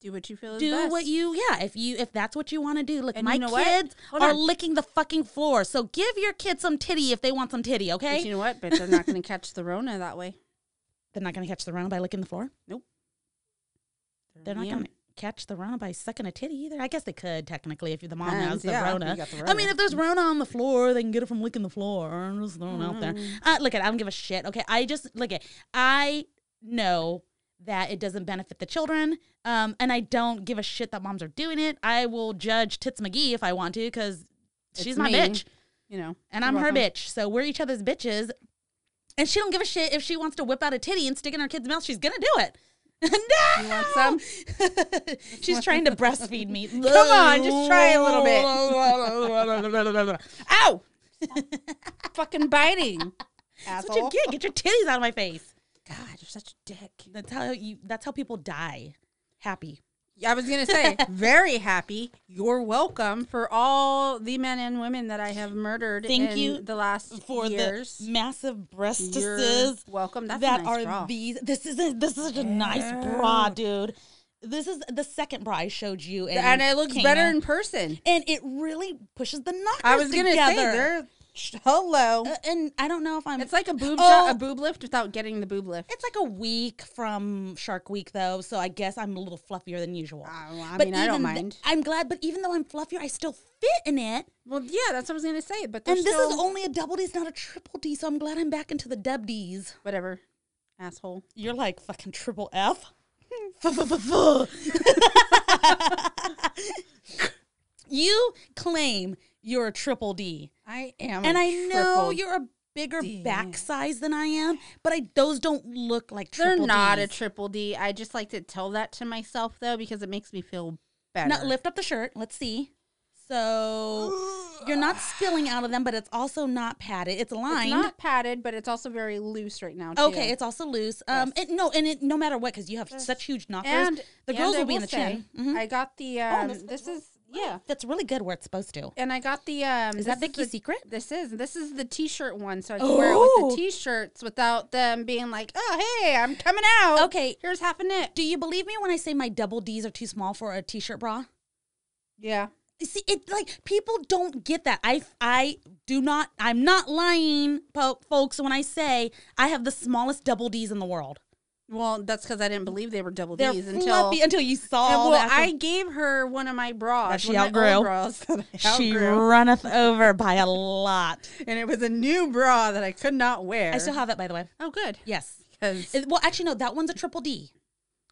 E: Do what you feel is
D: do
E: best.
D: what you yeah if you if that's what you want to do look
E: And
D: my
E: you know what?
D: kids
E: Hold
D: are
E: on.
D: licking the fucking floor so give your kids some titty if they want some titty
E: But
D: okay
E: you know what? But they're not going to catch the Rona that way.
D: They're not going to catch the rona by licking the floor. They're not
E: Yeah.
D: going to catch the rona by sucking a titty either. I guess they could technically if the mom has
E: Depends,
D: the,
E: yeah, if
D: rona.
E: you got the
D: I mean,
E: Rona.
D: if there's rona on the floor, they can get it from licking the floor. I'm just throwing it out there.
E: Mm-hmm.
D: Uh, look at, I don't give a shit. Okay, I just look at. I know that it doesn't benefit the children, um, and I don't give a shit that moms are doing it. I will judge Tits McGee if I want to because
E: It's
D: she's my
E: me.
D: bitch
E: You know,
D: and
E: you're
D: I'm her
E: welcome.
D: bitch. So we're each other's bitches. And she don't give a shit if she wants to whip out a titty and stick it in her kid's mouth. She's gonna do it. no.
E: You want some?
D: She's trying to breastfeed me. Come
E: on, just try a little bit.
D: bit.
E: Ow! Stop fucking biting.
D: That's
E: Asshole.
D: what you get. Get your titties out of my face.
E: God, you're such a dick.
D: That's how you. That's how people die. Happy.
E: I was gonna say, very happy. You're welcome for all the men and women that I have murdered.
D: Thank
E: in
D: you
E: the last
D: For
E: years.
D: the massive
E: You're
D: breastises
E: welcome. That's
D: that
E: a
D: are
E: nice bra.
D: these. This is a, this is such a nice bra, dude. This is the second bra I showed you, and,
E: and it looks better in person.
D: and it really pushes the knockers
E: I was gonna say
D: together.
E: they're hello.
D: Uh, and I don't know if I'm.
E: It's like a boob
D: Oh.
E: shot, a boob lift without getting the boob lift.
D: it's like a week from Shark Week though, so I guess I'm a little fluffier than usual.
E: Oh, I mean, I don't
D: even th-
E: mind.
D: I'm glad, but even though I'm fluffier, I still fit in it.
E: Well, yeah, that's what I was gonna say. But
D: And
E: there's
D: this
E: still,
D: is only a double D's, not a triple D, so I'm glad I'm back into the dub D's.
E: whatever, asshole.
D: You're like fucking triple F. F-f-f-f. you claim you're a triple D.
E: I am,
D: and
E: I
D: I know you're a bigger back size than I am, but I those don't look like
E: They're
D: triple
E: not a
D: Ds.
E: triple D. I just like to tell that to myself though because it makes me feel better.
D: Now lift up the shirt. Let's see. So you're not spilling out of them, but it's also not padded. It's
E: It's
D: lined.
E: not padded, but it's also very loose right now. Too.
D: okay, it's also loose. Um, it, no, and it no matter what, because you have such huge knockers,
E: and
D: the
E: and
D: girls
E: I
D: will be in the chin.
E: say,
D: Mhm.
E: I got the. Um,
D: this
E: this
D: looks
E: is yeah.
D: That's really good where it's supposed to.
E: And I got the um
D: Is that
E: this
D: Vicky's
E: the-
D: secret?
E: This is this is the t-shirt one, so I can wear it with
D: Oh.
E: the t-shirts without them being like, "Oh, hey, I'm coming out."
D: Okay.
E: here's half a knit.
D: Do you believe me when I say my double D's are too small for a t-shirt bra?
E: Yeah,
D: You see it like people don't get that i i do not i'm not lying po- folks when i say i have the smallest double d's in the world
E: well, that's because I didn't believe they were double
D: they're
E: D's until.
D: fluffy until you saw
E: And,
D: all
E: well,
D: the
E: I
D: actual-
E: gave her one of my bras.
D: That she
E: one of my old
D: outgrew.
E: bras that I
D: she
E: outgrew.
D: runneth over by a lot
E: and it was a new bra that I could not wear.
D: i still have that by the way
E: Oh, good.
D: yes
E: Because
D: It- well actually no that one's a triple d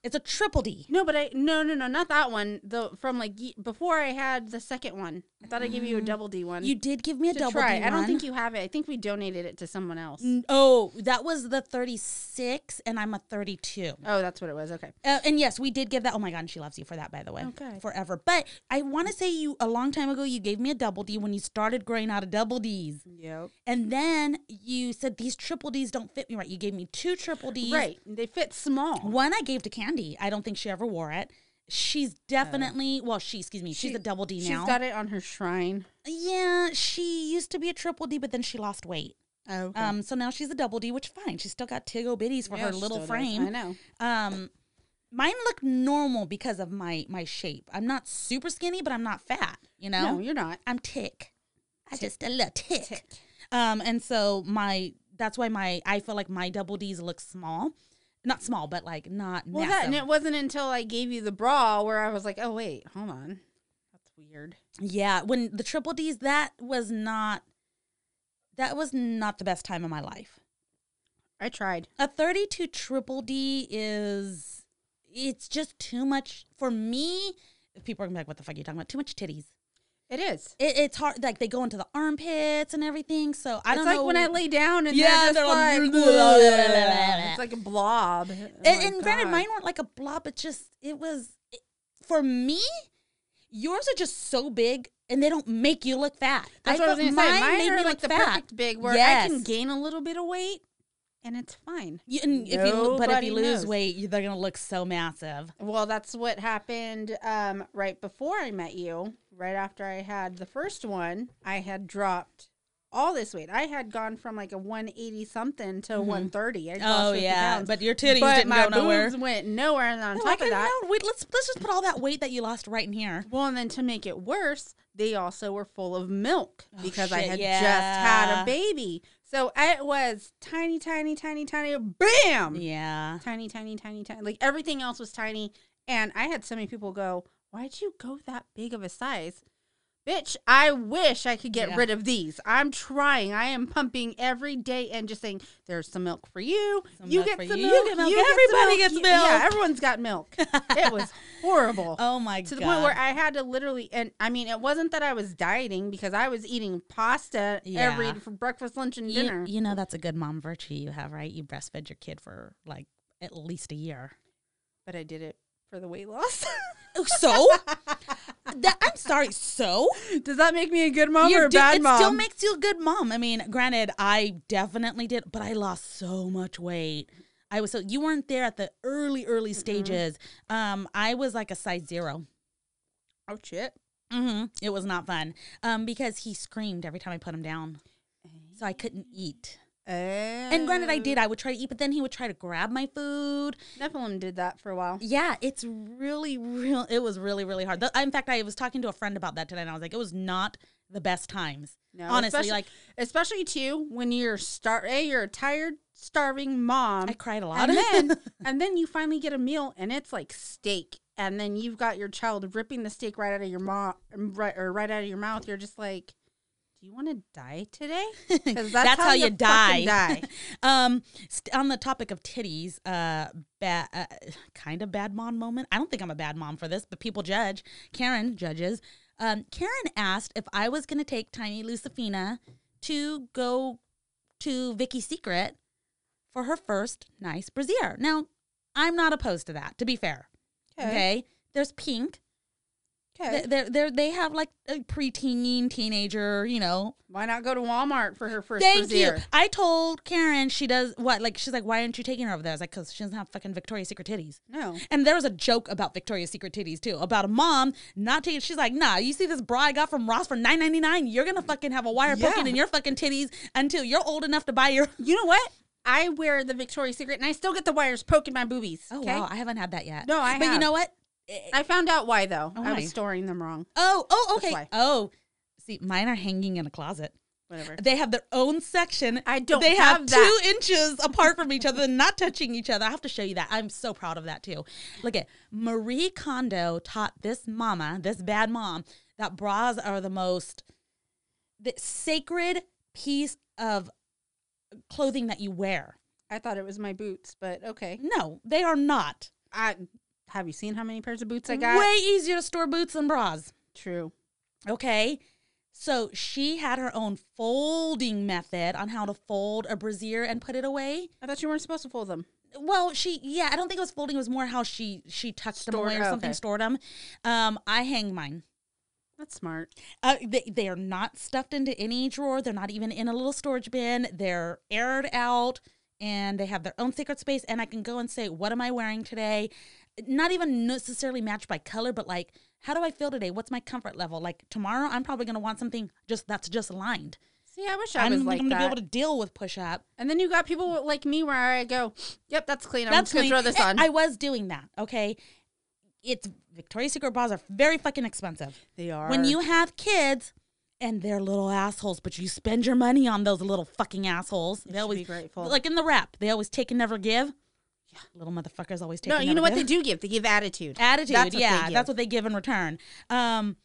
D: it's a triple d
E: no, but I no no no not that one. The from like ye- before I had the second one. I thought I gave Mm. you a double D one.
D: you did give me a
E: to
D: double
E: try.
D: d
E: I don't think
D: one.
E: you have it. I think we donated it to someone else.
D: oh that was the 36 and i'm a 32
E: Oh, that's what it was. Okay.
D: Uh, and yes, we did give that. Oh my God, and she loves you for that, by the way.
E: Okay.
D: Forever. But I want to say you, a long time ago, you gave me a double D when you started growing out of double Ds.
E: Yep.
D: And then you said these triple Ds don't fit me right. You gave me two triple Ds.
E: Right. They fit small.
D: One I gave to Candy. I don't think she ever wore it. She's definitely, well, she, excuse me, she's
E: Oh. She-
D: a double D
E: She's
D: now.
E: got it on her shrine.
D: yeah, she used to be a triple D, but then she lost weight.
E: Oh.
D: Um, so now she's a double D, which fine. She's still got tig bitties for her little frame.
E: I know.
D: Um, mine look normal because of my my shape. I'm not super skinny, but I'm not fat. You know,
E: No, you're not.
D: I'm tick. I just a little tick. Um, and so my that's why my I feel like my double D's look small, not small, but like not
E: Well, that
D: massive.
E: and it wasn't until I gave you the bra where I was like, oh wait, hold on, that's weird.
D: yeah, when the triple D's that was not that was not the best time of my life.
E: I tried.
D: A 32 triple D is it's just too much for me. People are gonna be like, "What the fuck are you talking about? Too much titties."
E: It is.
D: it, it's hard. Like they go into the armpits and everything. So I
E: it's
D: don't
E: like
D: know.
E: when I lay down and
D: Yeah,
E: yeah,
D: they're
E: they're
D: like,
E: just like, it's like a blob. Oh
D: And,
E: my
D: and granted,
E: God.
D: mine weren't like a blob. But just it was it, for me. Yours are just so big, and they don't make you look fat.
E: That's
D: I
E: what I was
D: felt
E: gonna say.
D: Mine, made
E: Mine
D: me
E: are like
D: look
E: the
D: fat.
E: perfect big where I can
D: Yes.
E: gain a little bit of weight, and it's fine.
D: You, and if you, lo- but if
E: Nobody
D: you lose
E: knows.
D: weight, you, they're gonna look so massive.
E: Well, that's what happened um, right before I met you. Right after I had the first one, I had dropped all this weight. I had gone from like a 180 something to 130. I lost
D: Mm-hmm. Oh
E: 50
D: yeah,
E: pounds.
D: but your titties
E: But
D: didn't
E: my
D: go nowhere.
E: boobs went nowhere. And on
D: No, I
E: top of
D: can
E: that,
D: no, wait, let's let's just put all that weight that you lost right in here.
E: well, and then to make it worse, they also were full of milk because
D: Oh,
E: I
D: shit,
E: had just
D: yeah.
E: had a baby. So it was tiny, tiny, tiny, tiny, bam!
D: Yeah.
E: Tiny, tiny, tiny, tiny. Like everything else was tiny. And I had so many people go, Why'd you go that big of a size? Bitch, I wish I could get
D: Yeah.
E: rid of these. I'm trying. I am pumping every day and just saying, There's some milk for you.
D: Some
E: you
D: milk
E: get
D: for
E: some milk.
D: you. You get milk.
E: You get some
D: Everybody
E: milk.
D: gets
E: You- Yeah,
D: milk."
E: everyone's got milk. it was horrible
D: Oh my god.
E: to the point where I had to literally, and I mean, it wasn't that I was dieting because I was eating pasta every
D: Yeah.
E: for breakfast, lunch, and
D: you,
E: dinner.
D: you know that's a good mom virtue you have, right? You breastfed your kid for like at least a year.
E: but I did it for the weight loss.
D: So that I'm sorry. So
E: Does that make me a good mom or
D: You're
E: a
D: di-
E: bad
D: it
E: mom?
D: still makes you a good mom. I mean, granted, I definitely did, but I lost so much weight. I was so you weren't there at the early early stages. Um, I was like a size zero.
E: oh shit!
D: Mm-hmm. It was not fun um, because he screamed every time I put him down, so
E: Eh.
D: I couldn't eat. And granted, I did. I would try to eat, but then he would try to grab my food.
E: Nephilim did that for a while.
D: Yeah, it's really, real. It was really, really hard. The- in fact, I was talking to a friend about that today, and I was like, it was not the best times.
E: No,
D: Honestly,
E: especially-
D: like
E: especially too when you're star, a you're a tired, starving mom.
D: I cried a lot.
E: and then and then you finally get a meal and it's like steak and then you've got your child ripping the steak right out of your mouth right or right out of your mouth you're just like do you want to die today because
D: That's how you
E: fucking
D: die.
E: die
D: Um, st- on the topic of titties, uh, ba- uh, kind of bad mom moment. I don't think I'm a bad mom for this, but people judge. Karen judges. Um, Karen asked if I was going to take Tiny Lucifina to go to Vicky's Secret for her first nice brassiere. Now, I'm not opposed to that. To be fair, okay. There's pink.
E: okay
D: They they they they have like a preteen, teenager, you know,
E: why not go to walmart for her first
D: Thank you.
E: brassiere?
D: I told Karen she does what? Like she's like, why aren't you taking her over there? I was like, because she doesn't have fucking Victoria's Secret titties.
E: no
D: And there was a joke about Victoria's Secret titties too, about a mom not taking. She's like, nah, you see this bra I got from Ross for nine ninety nine? You're gonna fucking have a wire poking
E: Yeah.
D: in your fucking titties until you're old enough to buy your.
E: you know what i wear the victoria's secret and i still get the wires poking my boobies
D: Oh
E: okay
D: wow, I haven't had that yet.
E: No, I
D: But you
E: have.
D: know what?
E: i found out why though
D: Oh,
E: i
D: why?
E: was storing them wrong
D: Oh, oh, okay.
E: why.
D: Oh, see, mine are hanging in a closet.
E: whatever
D: They have their own section.
E: I don't
D: They have,
E: have
D: two
E: that.
D: inches apart from each other, not touching each other. I have to show you that. I'm so proud of that too. Look at Marie Kondo taught this mama, this bad mom, that bras are the most the sacred piece of clothing that you wear.
E: i thought it was my boots but okay
D: No, they are not.
E: i have you seen how many pairs of boots i got
D: Way easier to store boots than bras.
E: true
D: Okay. So she had her own folding method on how to fold a brassiere and put it away.
E: I thought you weren't supposed to fold them.
D: Well, she yeah, I don't think it was folding. It was more how she she touched them
E: Stored-
D: away or
E: oh,
D: something,
E: okay.
D: stored them. Um, I hang mine.
E: That's smart.
D: Uh, they they are not stuffed into any drawer. They're not even in a little storage bin. They're aired out, and they have their own secret space. And I can go and say, what am I wearing today? Not even necessarily matched by color, but like, how do I feel today? What's my comfort level? Like tomorrow, I'm probably gonna want something just that's just aligned.
E: See, I wish I
D: I'm
E: was like
D: gonna
E: that.
D: be able to deal with push up.
E: and then you got people with- like me where I go, "Yep, that's clean. Eh, I'm just gonna
D: clean.
E: throw this on."
D: eh, I was doing that. Okay, it's Victoria's Secret bras are very fucking expensive.
E: they are
D: When you have kids and they're little assholes, but you spend your money on those little fucking assholes. They
E: should
D: always
E: be grateful.
D: Like in the rap, they always take and never give. Yeah, little motherfuckers always take.
E: no,
D: and
E: you know
D: never
E: what
D: give.
E: they do give? They give attitude.
D: Attitude.
E: That's what they
D: yeah,
E: give.
D: that's what they give in return. Um,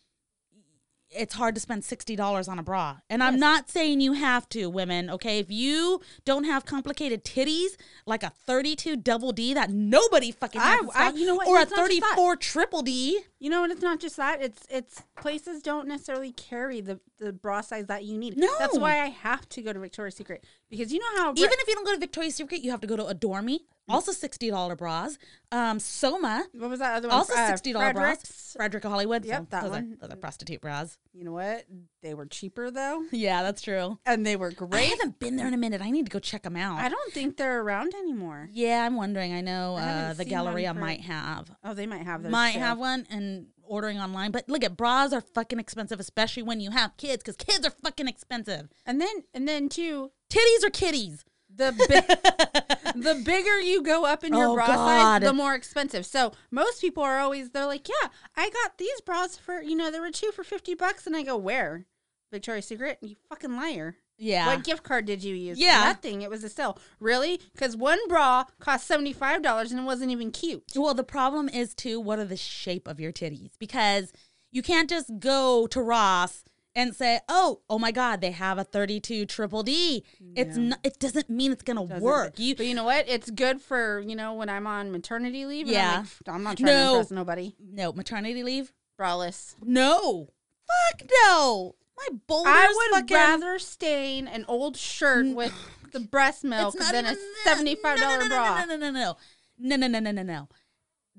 D: it's hard to spend sixty dollars on a bra, and I'm not saying you have to, women. Okay, if you don't have complicated titties like a 32 double D that nobody fucking
E: I-
D: has, in
E: I-
D: stock,
E: you know what?
D: or a
E: It's not just that.
D: 34 triple D.
E: You know, and it's not just that. It's it's places don't necessarily carry the the bra size that you need.
D: No.
E: that's why I have to go to Victoria's Secret because you know how
D: Even if you don't go to Victoria's Secret, you have to go to Adore Me, also sixty dollar bras. Um, Soma,
E: what was that other one?
D: also
E: Uh,
D: sixty dollar bras.
E: Frederick's.
D: Frederica Hollywood.
E: Yep, that
D: those
E: one.
D: Are, those are prostitute bras.
E: You know what? They were cheaper though,
D: Yeah, that's true.
E: and they were
D: I
E: great.
D: haven't been there in a minute. I need to go check them out.
E: I don't think they're around anymore.
D: yeah, I'm wondering. I know
E: I
D: uh,
E: haven't
D: the
E: seen one
D: Galleria
E: for-
D: might have
E: Oh, they might have those.
D: might have one and ordering online. But look at bras are fucking expensive, especially when you have kids, because kids are fucking expensive.
E: And then and then too,
D: Titties are kitties.
E: the big, the bigger you go up in your
D: Oh,
E: bra
D: God.
E: size, the more expensive. So most people are always they're like, "Yeah, I got these bras for you know there were two for fifty bucks," and I go, "Where?" Victoria's Secret. You fucking liar.
D: Yeah.
E: What gift card did you use?
D: Yeah.
E: Nothing. It was a sale. Really? Because one bra cost $75 and it wasn't even cute.
D: Well, the problem is too, what are the shape of your titties? Because you can't just go to Ross and say, "Oh, oh my God, they have a 32 triple D." It's not, it doesn't mean it's gonna
E: Doesn't
D: work.
E: it?
D: You
E: but you know what? It's good for, you know, when I'm on maternity leave. and I'm
D: Yeah.
E: like, "Pfft, I'm, not trying
D: No.
E: to impress nobody.
D: no maternity leave?
E: Braless.
D: No, fuck no. My boulders
E: I would
D: fucking.
E: rather stain an old shirt with the breast milk than a
D: even that.
E: $75
D: no, no, no,
E: bra.
D: No, no, no, no, no, no, no, no, no, no, no.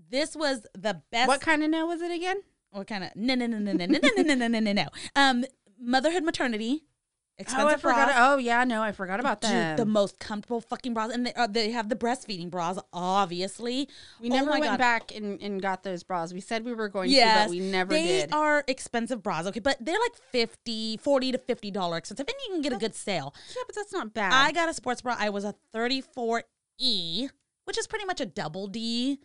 D: This was the best.
E: What kind of no was it again?
D: what kind of no no no no no no no no no no no no um motherhood maternity
E: oh, I
D: expensive
E: forgot.
D: bras.
E: Oh, yeah, no, I forgot about
D: Dude,
E: that.
D: the most comfortable fucking bras and they, uh, they have the breastfeeding bras obviously
E: we
D: Oh
E: never
D: my
E: went
D: God.
E: back and, and got those bras. We said we were going to,
D: yes
E: but we never
D: they
E: did.
D: are expensive bras okay but they're like 50 40 to 50 dollar expensive and you can get a good sale
E: yeah, but that's not bad.
D: i got a sports bra i was a 34e which is pretty much a double d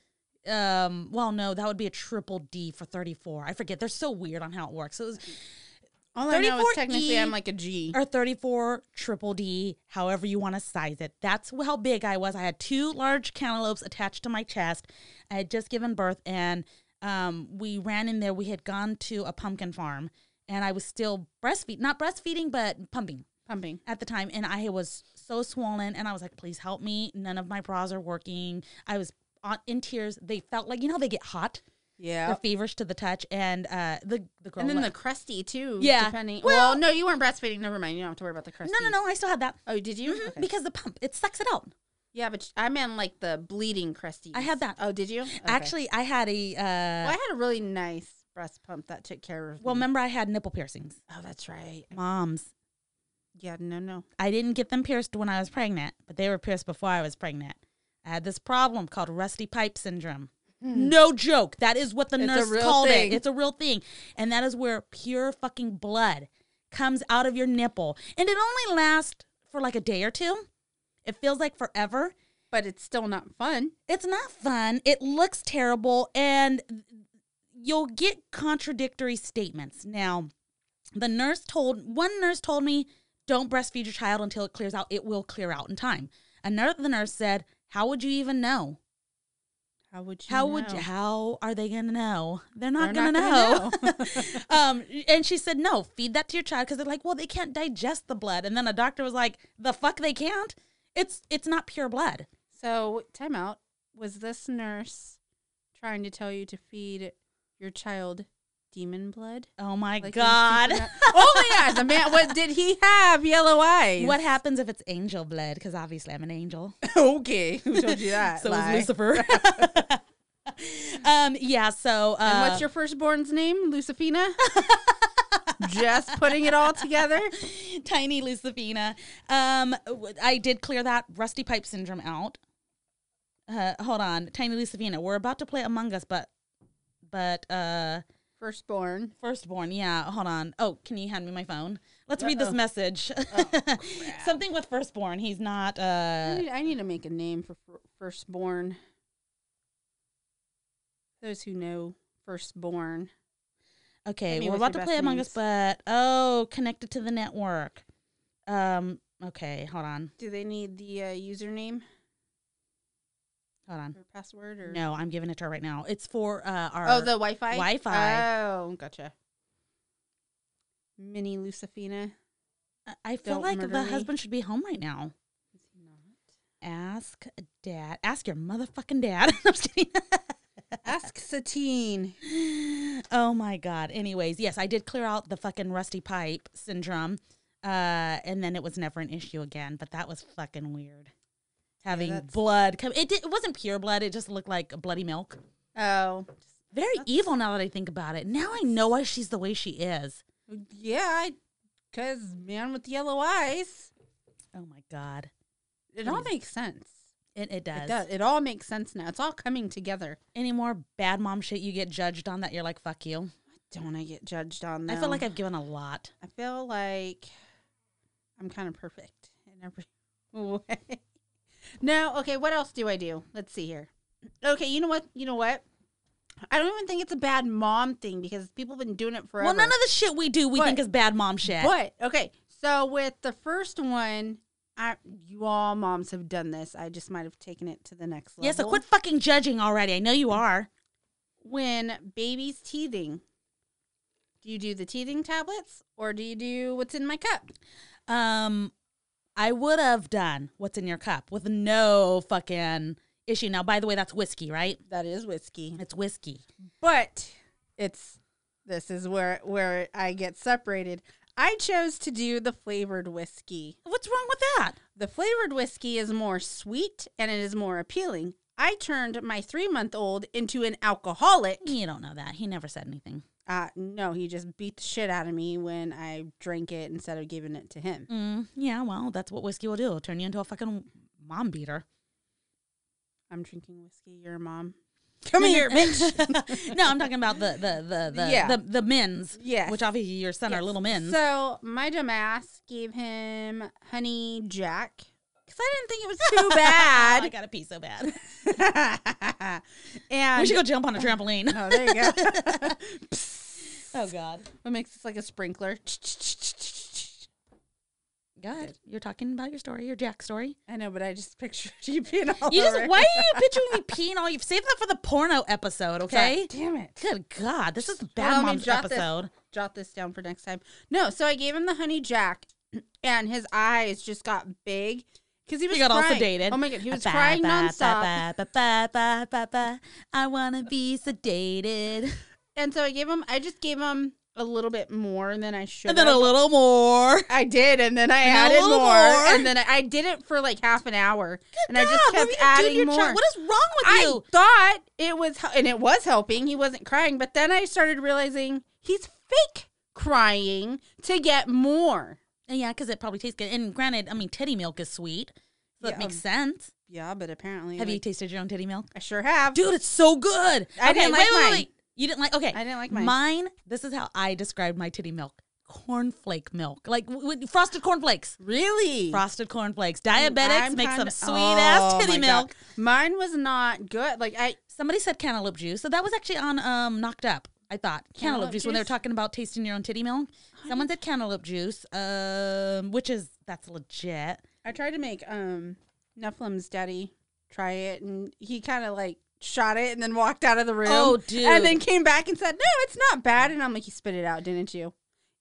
D: um well no that would be a triple d for 34 i forget they're so weird on how it works it was
E: All I know is
D: 34E
E: technically I'm like a G.
D: E. or 34 triple D, however you want to size it. That's how big I was. I had two large cantaloupes attached to my chest. I had just given birth and um, we ran in there. We had gone to a pumpkin farm and I was still breastfeeding, not breastfeeding, but pumping
E: Pumping.
D: at the time. And I was so swollen and I was like, please help me. None of my bras are working. I was on, in tears. They felt like, you know, how they get hot.
E: Yeah.
D: They're feverish to the touch. And uh, the, the girl.
E: and then the
D: left-
E: crusty too.
D: Yeah.
E: Depending. Well,
D: Well-
E: no, you weren't breastfeeding. Never mind. You don't have to worry about the crusty.
D: no, no, no. I still had that.
E: Oh, did you?
D: Mhm,
E: Okay.
D: Because the pump, it sucks it out.
E: yeah, but I meant like the bleeding crusty.
D: I had that.
E: Oh, did you? Okay.
D: Actually, I had a. Uh,
E: well, I had a really nice breast pump that took care of.
D: well,
E: me.
D: remember I had nipple piercings.
E: oh, that's right.
D: Moms,
E: Yeah. No, no.
D: I didn't get them pierced when I was pregnant, but they were pierced before I was pregnant. I had this problem called rusty pipe syndrome. No joke. That is what the
E: Hmm. It's a
D: nurse
E: real
D: called
E: thing.
D: it. It's a real thing. And that is where pure fucking blood comes out of your nipple. And it only lasts for like a day or two. It feels like forever.
E: But it's still not fun.
D: it's not fun. It looks terrible, and you'll get contradictory statements. Now, the nurse told one nurse told me, "Don't breastfeed your child until it clears out. It will clear out in time." Another nurse said, "How would you even know?
E: How would you?
D: How would
E: know?
D: you, how are they gonna know? They're not
E: They're
D: gonna
E: not
D: know." um, and she said, "No, feed that to your child because they're like, well, they can't digest the blood." And then a doctor was like, "The fuck they can't. It's it's not pure blood."
E: So, time out. Was this nurse trying to tell you to feed your child demon blood?
D: Oh my
E: Like in
D: god.
E: Supernat- oh my gosh, the man! What did he have? Yellow eyes.
D: What happens if it's angel blood? Because obviously I'm an angel.
E: okay, who told you that?
D: so
E: Lie.
D: is Lucifer. um, yeah. So uh,
E: And what's your firstborn's name? Lucifina. Just putting it all together.
D: tiny Lucifina? Um, w- I did clear that rusty pipe syndrome out. Uh, hold on, tiny Lucifina. We're about to play Among Us, but but uh,
E: Firstborn.
D: firstborn. Yeah. Hold on. Oh, can you hand me my phone? Let's read this message.
E: Oh,
D: Something with firstborn. He's not.
E: I
D: Uh,
E: need, I need to make a name for fir- firstborn. Those who know firstborn.
D: Okay,
E: me
D: we're
E: with
D: about to
E: your
D: play
E: best
D: Among Us,
E: names.
D: but oh, connected to the network. Um, okay, hold on,
E: Do they need the uh, username
D: hold on.
E: or password or
D: No, I'm giving it to her right now. It's for uh, our.
E: Oh, the Wi-Fi.
D: Wi-Fi.
E: Oh, gotcha. Mini Lucifina.
D: I- I feel
E: Don't
D: like the
E: murder me.
D: husband should be home right now.
E: Is he not?
D: Ask dad. Ask your motherfucking dad. I'm just kidding.
E: Ask Satine.
D: oh my god. Anyways, yes, I did clear out the fucking rusty pipe syndrome, uh, and then it was never an issue again. But that was fucking weird. Having
E: that's-
D: blood come, it, did, it wasn't pure blood. It just looked like bloody milk.
E: Oh,
D: Very evil now that I think about it. Now I know why she's the way she is.
E: yeah. I, Cause man with yellow eyes.
D: Oh my god.
E: It all makes sense.
D: It, it does.
E: It does. It all makes sense now. It's all coming together.
D: Any more bad mom shit you get judged on that you're like, fuck you?
E: Don't I get judged on that?
D: I feel like I've given a lot.
E: I feel like I'm kind of perfect in every way. no, okay, what else do I do? Let's see here. Okay, you know what? You know what? I don't even think it's a bad mom thing because people have been doing it forever.
D: Well, none of the shit we do we
E: But-
D: think is bad mom shit.
E: But okay, So with the first one, I you all moms have done this. I just might have taken it to the next level.
D: Yes, so quit fucking judging already. I know you are.
E: When baby's teething, do you do the teething tablets or do you do what's in my cup?
D: Um, I would have done what's in your cup with no fucking issue. Now, by the way, that's whiskey, right?
E: That is whiskey.
D: It's whiskey.
E: But it's this is where where I get separated. I chose to do the flavored whiskey.
D: What's wrong with that?
E: The flavored whiskey is more sweet and it is more appealing. I turned my three month old into an alcoholic.
D: You don't know that. He never said anything.
E: Uh, no, he just beat the shit out of me when I drank it instead of giving it to him.
D: Mm, yeah, well, that's what whiskey will do. It'll turn you into a fucking mom beater.
E: I'm drinking whiskey, you're a mom. Come here, bitch.
D: No, I'm talking about the the the the
E: Yeah.
D: the, the men's.
E: Yes.
D: Which obviously your son are little men's.
E: So my dumbass gave him honey jack because I didn't think it was too bad.
D: Oh, I gotta pee so bad.
E: and
D: We should go jump on a trampoline.
E: Oh, there you go.
D: oh God.
E: what makes this like a sprinkler?
D: God, you're talking about your story, your Jack story.
E: I know, but I just pictured you being all
D: You
E: over
D: just
E: it.
D: why are you picturing me peeing all you save that for the porno episode, okay?
E: God damn it.
D: Good God, this is the
E: Hold
D: bad
E: on, let me
D: mom's
E: jot this-
D: episode.
E: jot this down for next time. No, so I gave him the honey jack, and his eyes just got big because he was
D: He got all
E: crying.
D: sedated.
E: Oh my god, he was
D: Ba,
E: crying
D: ba, ba,
E: nonstop.
D: ba, ba, ba, ba, ba, ba. I wanna be sedated.
E: And so I gave him. I just gave him a little bit more than I should.
D: And then a
E: have.
D: little more.
E: I did, and then I
D: then a
E: added more,
D: little more.
E: and then I, I did it for like half an hour, and I just
D: God, what are
E: kept
D: you doing to
E: adding
D: your
E: more.
D: child? What is wrong with
E: I
D: you?
E: thought it was, hel- and it was helping. He wasn't crying, but then I started realizing he's fake crying to get more.
D: And yeah, because it probably tastes good. And granted, I mean, teddy milk is sweet, so
E: Yeah.
D: it makes sense.
E: Yeah, but apparently,
D: Have you
E: like-
D: tasted your own teddy milk?
E: I sure have.
D: Dude, it's so good.
E: I didn't like mine.
D: You didn't like? Okay,
E: I didn't like mine.
D: Mine. This is how I described my titty milk: cornflake milk, like w- with frosted cornflakes.
E: Really?
D: Frosted cornflakes. Diabetics
E: Mm. I'm
D: make some
E: kinda-
D: sweet
E: Oh,
D: ass
E: my
D: titty
E: God.
D: milk.
E: Mine was not good. Like I
D: Somebody said cantaloupe juice, so that was actually on um knocked up. I thought cantaloupe,
E: Cantaloupe
D: juice, when they were
E: juice?
D: talking about tasting your own titty milk. Someone said cantaloupe juice, um, which is that's legit.
E: I tried to make um Nephilim's daddy try it and he kind of like shot it and then walked out of the room.
D: Oh, dude.
E: And then came back and said, "No, it's not bad." And I'm like, "You spit it out, didn't you?"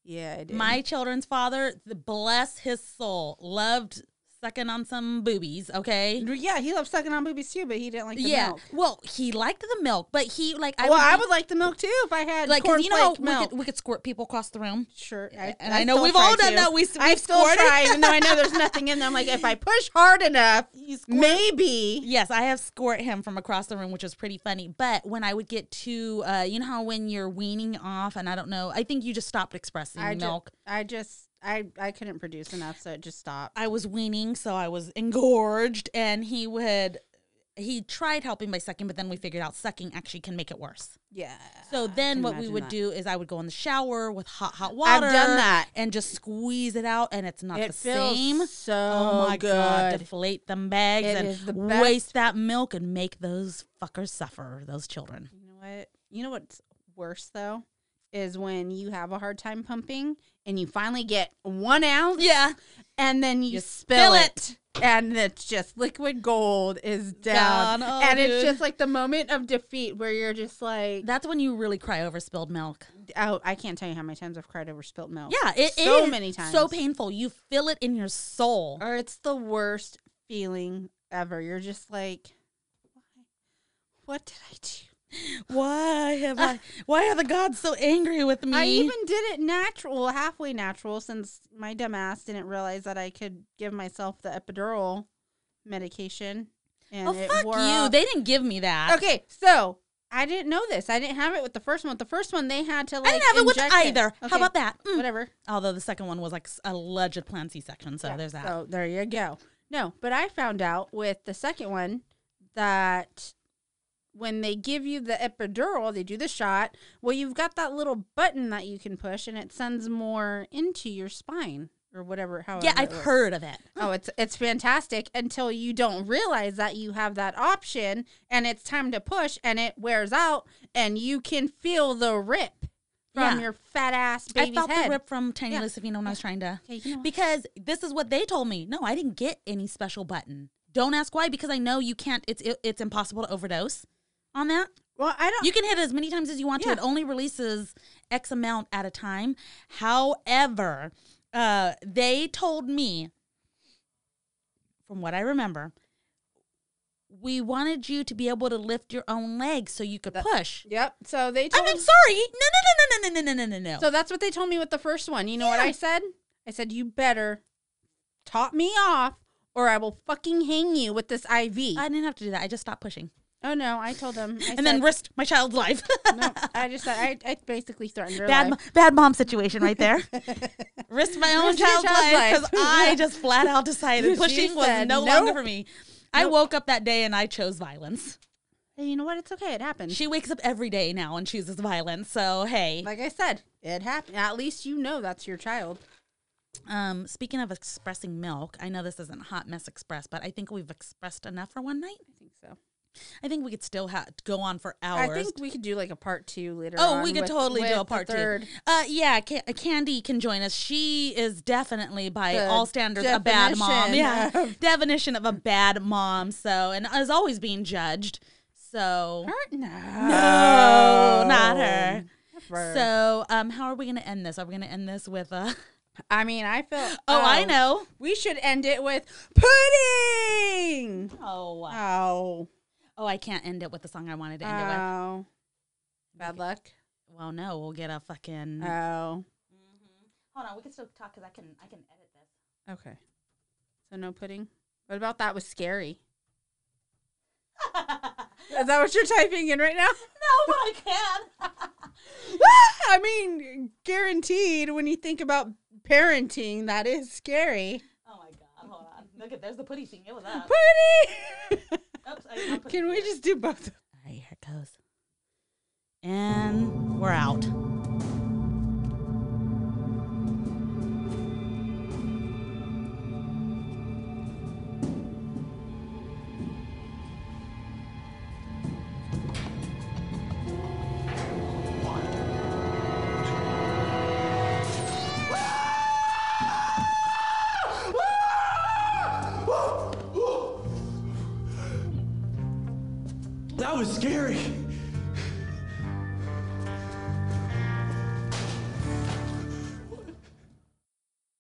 E: Yeah, I did.
D: My children's father, th- bless his soul, loved sucking on some boobies. Okay.
E: Yeah, he loved sucking on boobies too, but he didn't like the
D: yeah.
E: milk.
D: Well, he liked the milk, but he like I
E: well,
D: would,
E: I
D: be-
E: would like the milk too if I had
D: like 'cause you know how
E: cornflake
D: we
E: milk.
D: could, we could squirt people across the room.
E: Sure,
D: and I know
E: still
D: we've all
E: try
D: done
E: to.
D: that. We s-
E: I
D: we've
E: still
D: squirted.
E: try, even though I know there's nothing in there. I'm like, if I push hard enough, maybe.
D: Yes, I have squirt him from across the room, which was pretty funny. But when I would get to, uh, you know how when you're weaning off, and I don't know, I think you just stopped expressing
E: I ju-
D: milk.
E: I just I I couldn't produce enough, so it just stopped.
D: I was weaning, so I was engorged, and he would. He tried helping by sucking, but then we figured out sucking actually can make it worse.
E: yeah.
D: So then what we
E: imagine
D: would
E: that.
D: do is I would go in the shower with hot hot water.
E: done that.
D: and just squeeze it out, and it's not
E: It
D: the
E: feels
D: same.
E: so
D: oh my god!
E: good.
D: Deflate them bags
E: It
D: and
E: is the best.
D: waste that milk and make those fuckers suffer. Those children.
E: You know what? You know what's worse though is when you have a hard time pumping and you finally get one ounce.
D: Yeah.
E: And then you,
D: You
E: spill
D: spill
E: it. And it's just liquid gold is down.
D: Down. Oh,
E: and it's
D: dude.
E: just like the moment of defeat where you're just like,
D: That's when you really cry over spilled milk.
E: oh, I can't tell you how many times I've cried over spilt milk.
D: Yeah, it is
E: So many times. Uh,
D: so painful. You feel it in your soul.
E: or it's the worst feeling ever. You're just like, why? What did I do?
D: Why have I? Why are the gods so angry with me?
E: I even did it natural, halfway natural, since my dumbass didn't realize that I could give myself the epidural medication. And
D: oh
E: it
D: fuck
E: wore
D: you!
E: off.
D: They didn't give me that.
E: okay, so I didn't know this. I didn't have it with the first one. The first one they had to like.
D: I didn't have it with
E: inject
D: either.
E: Okay,
D: How about that? Mm.
E: Whatever.
D: Although the second one was like s- alleged planned C-section, so there's that.
E: So there you go. No, but I found out with the second one that when they give you the epidural, they do the shot. Well, you've got that little button that you can push, and it sends more into your spine or whatever. However,
D: yeah,
E: it
D: I've
E: works.
D: heard of it.
E: Oh, it's it's fantastic until you don't realize that you have that option, and it's time to push, and it wears out, and you can feel the rip from
D: Yeah.
E: your fat ass
D: I
E: baby's
D: felt
E: head.
D: the rip from Tiny
E: Yeah.
D: Lucifino when I was trying to.
E: Okay, you know what?
D: Because this is what they told me. No, I didn't get any special button. Don't ask why, because I know you can't. It's it, it's impossible to overdose on that.
E: well, I don't.
D: You can hit it as many times as you want
E: Yeah.
D: to. It only releases X amount at a time. However, uh, they told me, from what I remember, we wanted you to be able to lift your own legs so you could push.
E: yep. So they
D: I'm,
E: told.
D: I'm sorry. No, no, no, no, no, no, no, no, no, no.
E: So that's what they told me with the first one. You know what
D: Yeah.
E: I said? I said you better top me off, or I will fucking hang you with this IV.
D: I didn't have to do that. I just stopped pushing.
E: oh no, I told them. I
D: and then
E: said-
D: risked my child's life.
E: no, I just said I, I basically threatened her
D: bad,
E: life.
D: mo- bad mom situation right there. risked my own
E: Risked your
D: child's,
E: child's
D: life because
E: life.
D: I just flat out decided
E: She
D: pushing was
E: said,
D: no
E: "Nope.
D: longer for me. I
E: Nope.
D: woke up that day and I chose violence.
E: Hey, you know what? It's okay. It happened.
D: She wakes up every day now and chooses violence. So hey,
E: like I said, it happened. At least you know that's your child.
D: um, speaking of expressing milk, I know this isn't hot mess express, but I think we've expressed enough for one night.
E: I think so.
D: I think we could still ha- go on for hours.
E: I think we could do like a part two later.
D: Oh,
E: on
D: we could
E: with-
D: totally
E: with
D: do
E: the
D: a part two.
E: third.
D: Uh, yeah, Ca- Candy can join us. She is definitely, by
E: The
D: all standards, a bad mom.
E: definition
D: Yeah,
E: of-
D: definition of a bad mom. So, and is always being judged. So,
E: Her? No,
D: no, not her.
E: Never.
D: So, um, how are we going to end this? Are we going to end this with a?
E: I mean, I feel. Oh,
D: Oh, I know.
E: We should end it with pudding.
D: Oh,
E: Oh,
D: oh, I can't end it with the song I wanted to end it
E: oh. Bad luck.
D: with. Well, no, we'll get a fucking.
E: Oh,
D: Hold on, we can still talk because I can. I can edit this.
E: okay. So no pudding. What about that was scary? Is that what you're typing in right now?
D: No, but I can.
E: I mean, guaranteed. When you think about parenting, that is scary.
D: Oh my god, hold on. Look at there's the putty thing. It was up.
E: Pudding.
D: Oops, I, I'll put it
E: Can we
D: here.
E: just do both?
D: All right, here it goes. And we're out.
C: That was scary.